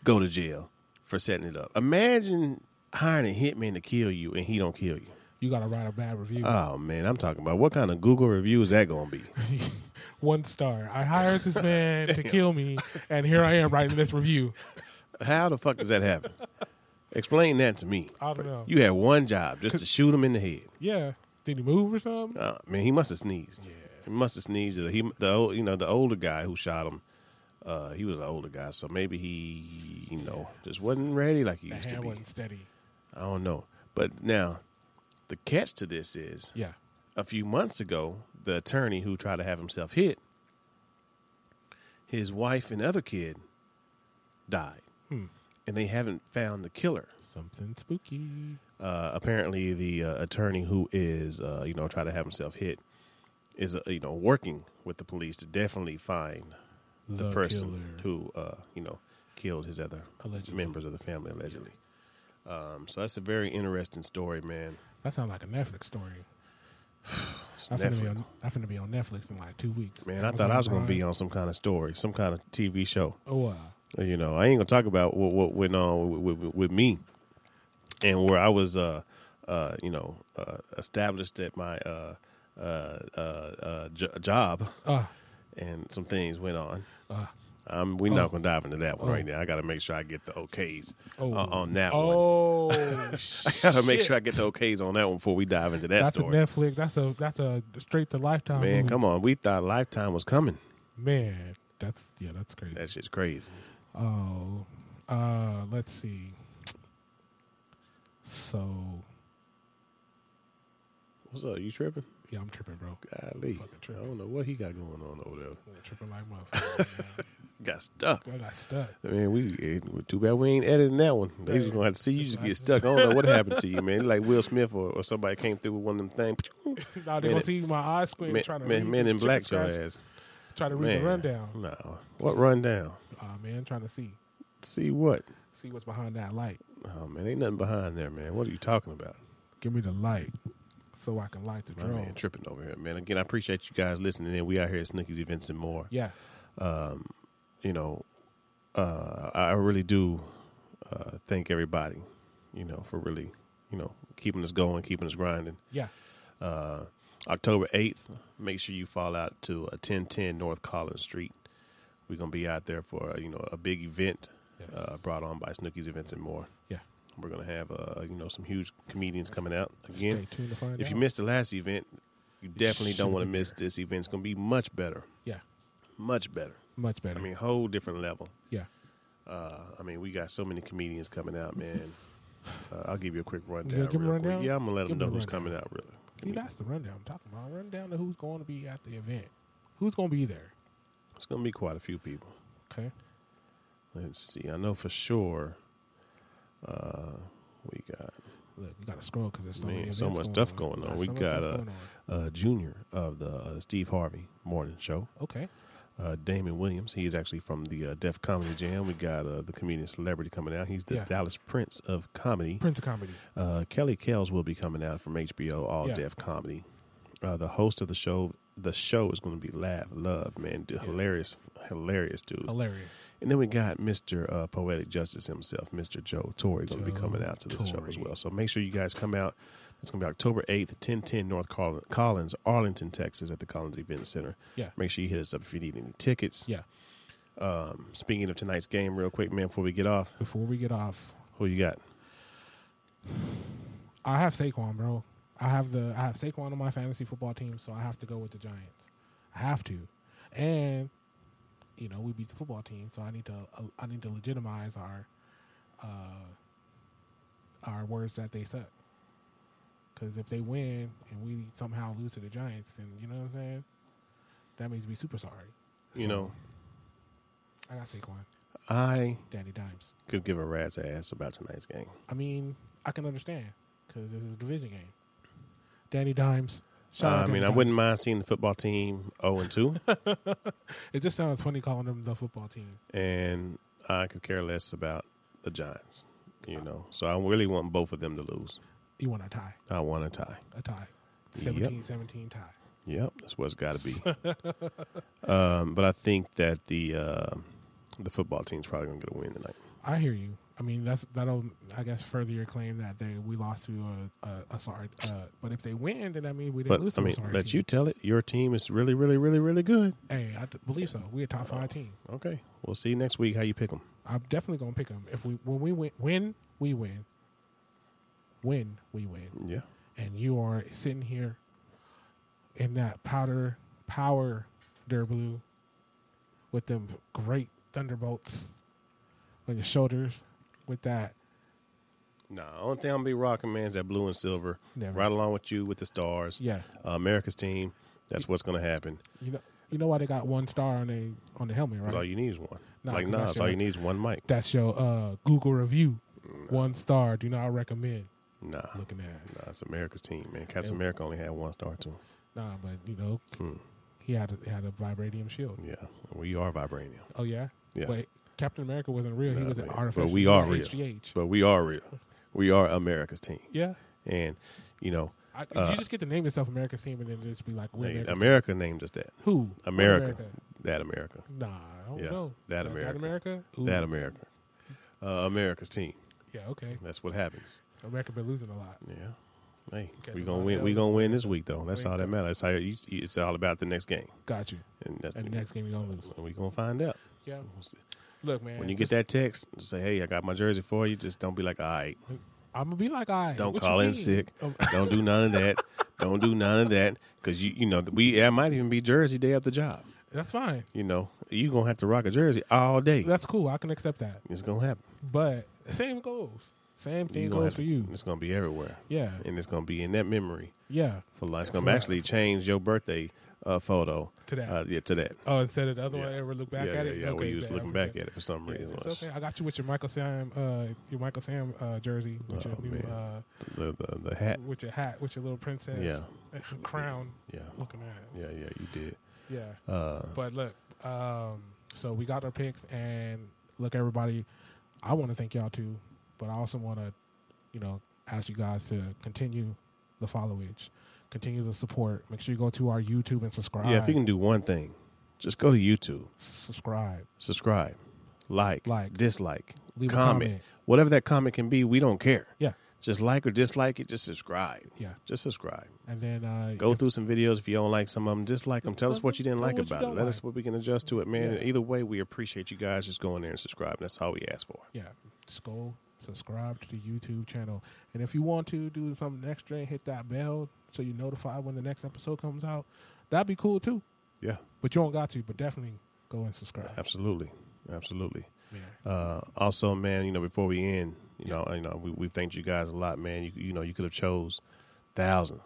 Speaker 2: go to jail for setting it up. Imagine hiring a hitman to kill you and he don't kill you.
Speaker 3: You got to write a bad review.
Speaker 2: Oh man, I'm talking about what kind of Google review is that going to be?
Speaker 3: One star. I hired this man to kill me, and here I am writing this review.
Speaker 2: How the fuck does that happen? Explain that to me.
Speaker 3: I don't know.
Speaker 2: You had one job, just to shoot him in the head.
Speaker 3: Yeah. Did he move or something?
Speaker 2: Uh, man, he must have sneezed. He must have sneezed. He the old, you know the older guy who shot him. Uh, he was an older guy, so maybe he you know just wasn't ready like he
Speaker 3: The
Speaker 2: used to
Speaker 3: hand
Speaker 2: be.
Speaker 3: wasn't steady.
Speaker 2: I don't know. But now, the catch to this is
Speaker 3: Yeah.
Speaker 2: a few months ago, the attorney who tried to have himself hit, his wife and other kid died,
Speaker 3: Hmm.
Speaker 2: and they haven't found the killer.
Speaker 3: Something spooky.
Speaker 2: uh, apparently the uh, attorney who is uh, you know trying to have himself hit is uh, you know working with the police to definitely find the, person
Speaker 3: killer.
Speaker 2: who uh, you know killed his other
Speaker 3: Allegedly.
Speaker 2: members of the family allegedly. Um, so that's a very interesting story, man.
Speaker 3: That sounds like a Netflix story.
Speaker 2: It's
Speaker 3: I'm finna, be
Speaker 2: Netflix.
Speaker 3: on, I'm finna be on Netflix in like two weeks.
Speaker 2: Man, I thought I was going to be
Speaker 3: Prime.
Speaker 2: on some kind of story, some kind of TV show.
Speaker 3: Oh, wow.
Speaker 2: You know, I ain't gonna talk about what, what went on with, with, with me and where I was, uh, uh, you know, uh, established at my uh, uh, uh, uh, j- job,
Speaker 3: Uh,
Speaker 2: and some things went on.
Speaker 3: uh,
Speaker 2: Um, we're not gonna dive into that one
Speaker 3: Oh.
Speaker 2: right now. I gotta make sure I get the OKs
Speaker 3: Oh.
Speaker 2: uh, on that one.
Speaker 3: oh,
Speaker 2: I gotta make sure I get the OKs on that one before we dive into that
Speaker 3: That's
Speaker 2: story.
Speaker 3: a Netflix. That's a that's a straight to lifetime.
Speaker 2: Man, come on, we thought Lifetime was coming.
Speaker 3: man. That's yeah, that's crazy.
Speaker 2: That shit's crazy.
Speaker 3: Oh, uh, let's see. So
Speaker 2: What's up? You tripping?
Speaker 3: yeah, I'm tripping, bro.
Speaker 2: Golly,
Speaker 3: Fucking
Speaker 2: I
Speaker 3: tripping.
Speaker 2: don't know what he got going on over there.
Speaker 3: I'm tripping like motherfucker.
Speaker 2: Got stuck.
Speaker 3: man. I got stuck.
Speaker 2: I mean, we it, too bad we ain't editing that one. They just gonna have to see you just get stuck. I don't know what happened to you, man. Like Will Smith or, or somebody came through with one of them things.
Speaker 3: Now they
Speaker 2: Man,
Speaker 3: gonna see my eyes squint
Speaker 2: Men,
Speaker 3: trying to
Speaker 2: men,
Speaker 3: read
Speaker 2: men
Speaker 3: the
Speaker 2: in black your
Speaker 3: chicken scratch-
Speaker 2: ass.
Speaker 3: Trying to read
Speaker 2: Man,
Speaker 3: the rundown.
Speaker 2: No, what rundown?
Speaker 3: Ah man, trying to see
Speaker 2: See what?
Speaker 3: see what's behind that light.
Speaker 2: Oh man, ain't nothing behind there, man. What are you talking about?
Speaker 3: Give me the light so I can light the
Speaker 2: My
Speaker 3: drone.
Speaker 2: man tripping over here, man. Again, I appreciate you guys listening in. We out here at Snookies Events and More.
Speaker 3: Yeah,
Speaker 2: you know, uh, I I really do uh, thank everybody, you know, for really, you know, keeping us going, keeping us grinding.
Speaker 3: yeah.
Speaker 2: uh, October 8th. Make sure you fall out to uh, 1010 North Collins Street. We're going to be out there for, uh, you know, a big event
Speaker 3: Yes.
Speaker 2: uh, brought on by Snookies Events and More.
Speaker 3: Yeah.
Speaker 2: We're going to have, uh, you know, some huge comedians coming out again.
Speaker 3: Stay tuned to find
Speaker 2: If you
Speaker 3: out.
Speaker 2: missed the last event, you definitely don't
Speaker 3: should've
Speaker 2: want to
Speaker 3: been
Speaker 2: miss this event. It's going to be much better,
Speaker 3: Yeah,
Speaker 2: much better.
Speaker 3: much better.
Speaker 2: I mean, whole different level.
Speaker 3: yeah.
Speaker 2: Uh, I mean, we got so many comedians coming out, man. Uh, I'll give you a quick rundown.
Speaker 3: give 'em
Speaker 2: real
Speaker 3: rundown?
Speaker 2: quick. Yeah, I'm gonna let
Speaker 3: Give
Speaker 2: them know
Speaker 3: 'em a
Speaker 2: who's
Speaker 3: rundown.
Speaker 2: coming out.
Speaker 3: See,
Speaker 2: Really,
Speaker 3: that's the rundown I'm talking about. Rundown to who's going to be at the event, who's going to be there.
Speaker 2: it's gonna be quite a few people.
Speaker 3: Okay.
Speaker 2: Let's see. I know for sure. Uh, we got
Speaker 3: Look, you got to scroll because there's so, many
Speaker 2: Man, so
Speaker 3: events
Speaker 2: much stuff going
Speaker 3: There's
Speaker 2: on. We
Speaker 3: so much
Speaker 2: got,
Speaker 3: stuff
Speaker 2: uh,
Speaker 3: going on.
Speaker 2: Uh, junior of the uh, Steve Harvey Morning Show.
Speaker 3: okay,
Speaker 2: Uh, Damon Williams, he is actually from the uh, Def Comedy Jam. We got uh, the comedian celebrity coming out. He's the
Speaker 3: Yeah.
Speaker 2: Dallas Prince of comedy.
Speaker 3: Prince of Comedy.
Speaker 2: Uh, Kelly Kells will be coming out from HBO All
Speaker 3: Yeah.
Speaker 2: Deaf Comedy. Uh, the host of the show, the show is going to be Laugh Love, man, D- hilarious, hilarious dude.
Speaker 3: Hilarious.
Speaker 2: And then we got Mr. Uh, Poetic Justice himself, Mr. Joe Torre, going to be
Speaker 3: Joe
Speaker 2: coming out to the show as
Speaker 3: Torre.
Speaker 2: well. So make sure you guys come out. It's going to be October 8th, 1010 North Coll- Collins, Arlington, Texas, at the Collins Event Center.
Speaker 3: Yeah.
Speaker 2: Make sure you hit us up if you need any tickets.
Speaker 3: Yeah.
Speaker 2: Um, speaking of tonight's game, real quick, man, before we get off,
Speaker 3: Before we get off,
Speaker 2: who you got?
Speaker 3: I have Saquon, bro. I have the I have Saquon on my fantasy football team, so I have to go with the Giants. I have to, and you know we beat the football team, so I need to uh, I need to legitimize our uh, our words that they suck. Because if they win and we somehow lose to the Giants, then you know what I'm saying. That means we super sorry.
Speaker 2: You
Speaker 3: So,
Speaker 2: know,
Speaker 3: I got Saquon,
Speaker 2: I
Speaker 3: Danny Dimes.
Speaker 2: could give a rat's ass about tonight's game.
Speaker 3: I mean, I can understand because this is a division game. Danny Dimes. Shout out
Speaker 2: Uh, I
Speaker 3: Danny
Speaker 2: mean, I
Speaker 3: Dimes.
Speaker 2: wouldn't mind seeing the football team 0 and 2,
Speaker 3: It just sounds funny calling them the football team.
Speaker 2: and I could care less about the Giants, you know. So I really want both of them to lose.
Speaker 3: You want a tie,
Speaker 2: I want a tie.
Speaker 3: a tie,
Speaker 2: Yep.
Speaker 3: 17-17 tie.
Speaker 2: Yep, that's what's got to be. um, but I think that the uh, the football team's probably going to get a win tonight.
Speaker 3: I hear you. I mean, that's that'll I guess further your claim that they we lost to a a, a sorry. Uh, but if they win, then I mean we didn't lose
Speaker 2: But
Speaker 3: to a
Speaker 2: I mean,
Speaker 3: sorry
Speaker 2: let
Speaker 3: team.
Speaker 2: you tell it. Your team is really, really, really, really good.
Speaker 3: Hey, I d- believe so. We're a top five team.
Speaker 2: Okay, we'll see you next week how you pick them.
Speaker 3: I'm definitely gonna pick them. If we when we win, win we win. Win we win.
Speaker 2: Yeah,
Speaker 3: and you are sitting here in that powder power der blue with them great thunderbolts on your shoulders with that
Speaker 2: No, only thing I'm gonna be rocking, man, is that blue and silver.
Speaker 3: Never.
Speaker 2: Right along with you with the stars.
Speaker 3: yeah
Speaker 2: Uh, America's team. That's what's gonna happen.
Speaker 3: you know you know why they got one star on the on the helmet
Speaker 2: All
Speaker 3: right
Speaker 2: you need is one.
Speaker 3: Nah,
Speaker 2: like
Speaker 3: 'cause that's
Speaker 2: Nas,
Speaker 3: your-
Speaker 2: all you need is one mic.
Speaker 3: that's your uh google review
Speaker 2: Mm.
Speaker 3: one star do not recommend
Speaker 2: Nah,
Speaker 3: looking at
Speaker 2: nah, it's America's team, man. Captain
Speaker 3: Yeah.
Speaker 2: America only had one star too.
Speaker 3: nah but you know
Speaker 2: Hmm.
Speaker 3: he had a, had a vibranium shield
Speaker 2: Yeah, we are vibranium,
Speaker 3: oh yeah
Speaker 2: Yeah.
Speaker 3: but captain america wasn't real he
Speaker 2: Nah,
Speaker 3: was an
Speaker 2: man.
Speaker 3: artificial
Speaker 2: But we are real.
Speaker 3: HGH.
Speaker 2: but we are real. We are America's team,
Speaker 3: yeah
Speaker 2: and you know,
Speaker 3: I,
Speaker 2: Uh,
Speaker 3: you just get to name yourself America's team and then just be like, we're
Speaker 2: hey,
Speaker 3: America's
Speaker 2: America, named us that.
Speaker 3: Who?
Speaker 2: America. That America.
Speaker 3: Nah, I don't
Speaker 2: Yeah,
Speaker 3: know.
Speaker 2: that America.
Speaker 3: That America? Ooh.
Speaker 2: That America. Uh, America's team.
Speaker 3: Yeah, okay.
Speaker 2: That's what happens.
Speaker 3: America been losing a lot.
Speaker 2: Yeah. Hey,
Speaker 3: Catch
Speaker 2: we
Speaker 3: a
Speaker 2: gonna
Speaker 3: lot
Speaker 2: win.
Speaker 3: of
Speaker 2: We
Speaker 3: those.
Speaker 2: gonna win this week though. That's
Speaker 3: Wake
Speaker 2: all that
Speaker 3: up.
Speaker 2: matters. It's, how you, it's all about the next game,
Speaker 3: Got you.
Speaker 2: and that's
Speaker 3: And the next game you're going to lose.
Speaker 2: we gonna find out.
Speaker 3: Yeah. Look, man.
Speaker 2: When you get that text, just say, "Hey, I got my jersey for you." Just don't be like, "All right,
Speaker 3: I'm going to be like, all right.
Speaker 2: don't
Speaker 3: what
Speaker 2: call
Speaker 3: you
Speaker 2: in
Speaker 3: mean?
Speaker 2: sick.
Speaker 3: Um,
Speaker 2: don't do none of that. Don't do none of that." Because you, you know, we it might even be jersey day at the job.
Speaker 3: that's fine.
Speaker 2: You know, you gonna have to rock a jersey all day.
Speaker 3: That's cool. I can accept that.
Speaker 2: it's gonna happen.
Speaker 3: But same goes. Same
Speaker 2: You
Speaker 3: thing
Speaker 2: gonna
Speaker 3: goes
Speaker 2: have
Speaker 3: for
Speaker 2: to-
Speaker 3: you.
Speaker 2: It's gonna be everywhere,
Speaker 3: Yeah.
Speaker 2: and it's gonna be in that memory
Speaker 3: Yeah.
Speaker 2: for life. It's
Speaker 3: For
Speaker 2: gonna
Speaker 3: life.
Speaker 2: actually change your birthday uh, photo
Speaker 3: To that.
Speaker 2: Uh, yeah, to that.
Speaker 3: Oh, instead of the other one,
Speaker 2: Yeah.
Speaker 3: I ever look back
Speaker 2: yeah,
Speaker 3: at
Speaker 2: yeah,
Speaker 3: it.
Speaker 2: Yeah,
Speaker 3: okay,
Speaker 2: we was
Speaker 3: man, I
Speaker 2: looking
Speaker 3: forget.
Speaker 2: back at it for some
Speaker 3: Yeah,
Speaker 2: reason.
Speaker 3: it's okay. I got you with your Michael Sam, uh, your Michael Sam uh, jersey, with
Speaker 2: Oh,
Speaker 3: your new,
Speaker 2: man.
Speaker 3: uh,
Speaker 2: The, the, the hat.
Speaker 3: with your hat, with your little princess
Speaker 2: Yeah.
Speaker 3: crown
Speaker 2: Yeah,
Speaker 3: looking at.
Speaker 2: yeah, yeah. You did.
Speaker 3: Yeah.
Speaker 2: Uh,
Speaker 3: But look, um, so we got our picks and look everybody, I want to thank y'all too, but I also want to, you know, ask you guys to continue the followage, continue the support. Make sure you go to our YouTube and subscribe.
Speaker 2: yeah, if you can do one thing, just go to YouTube,
Speaker 3: subscribe.
Speaker 2: subscribe, like,
Speaker 3: Like.
Speaker 2: dislike,
Speaker 3: Leave a
Speaker 2: comment.
Speaker 3: comment.
Speaker 2: whatever that comment can be. We don't care.
Speaker 3: Yeah.
Speaker 2: Just like or dislike it. Just subscribe.
Speaker 3: Yeah.
Speaker 2: Just subscribe.
Speaker 3: And then uh
Speaker 2: Go through some videos if you don't like some of them. Dislike them. Tell us what you didn't
Speaker 3: Tell
Speaker 2: like
Speaker 3: what you
Speaker 2: about it.
Speaker 3: don't
Speaker 2: Let
Speaker 3: like.
Speaker 2: us what we can adjust to it, man.
Speaker 3: Yeah.
Speaker 2: And either way, we appreciate you guys just going there and subscribing. That's all we ask for.
Speaker 3: yeah, just go subscribe to the YouTube channel. And if you want to do something extra and hit that bell so you're notified when the next episode comes out, that'd be cool too.
Speaker 2: Yeah,
Speaker 3: But you don't got to, but definitely go and subscribe.
Speaker 2: absolutely, absolutely.
Speaker 3: Yeah.
Speaker 2: Uh, also, man, you know, before we end, you know, you know, we, we thanked you guys a lot, man. You, you know, you could have chose thousands.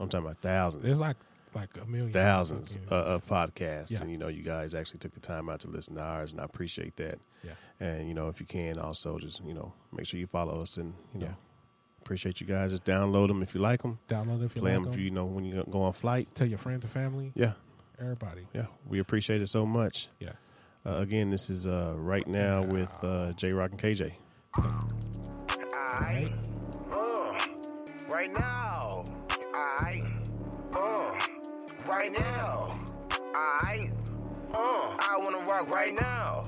Speaker 2: I'm talking about thousands,
Speaker 3: There's like like a million
Speaker 2: thousands
Speaker 3: fucking-
Speaker 2: uh, of podcasts,
Speaker 3: Yeah.
Speaker 2: and you know, you guys actually took the time out to listen to ours, and I appreciate that.
Speaker 3: Yeah.
Speaker 2: And you know, if you can, also just you know, make sure you follow us and you know,
Speaker 3: Yeah.
Speaker 2: Appreciate you guys. Just download them if you like them.
Speaker 3: Download if you
Speaker 2: Play
Speaker 3: like
Speaker 2: them if
Speaker 3: 'em.
Speaker 2: you, you know when you go on flight.
Speaker 3: Tell your friends and family.
Speaker 2: Yeah,
Speaker 3: Everybody.
Speaker 2: yeah. We appreciate it so much.
Speaker 3: Yeah.
Speaker 2: Uh, again, this is uh, right now with uh, J Rock and KJ.
Speaker 1: I, uh, right now. I, uh, right now. I, uh, I wanna rock right now.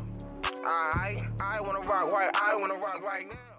Speaker 1: I, I wanna rock right. I wanna rock right now.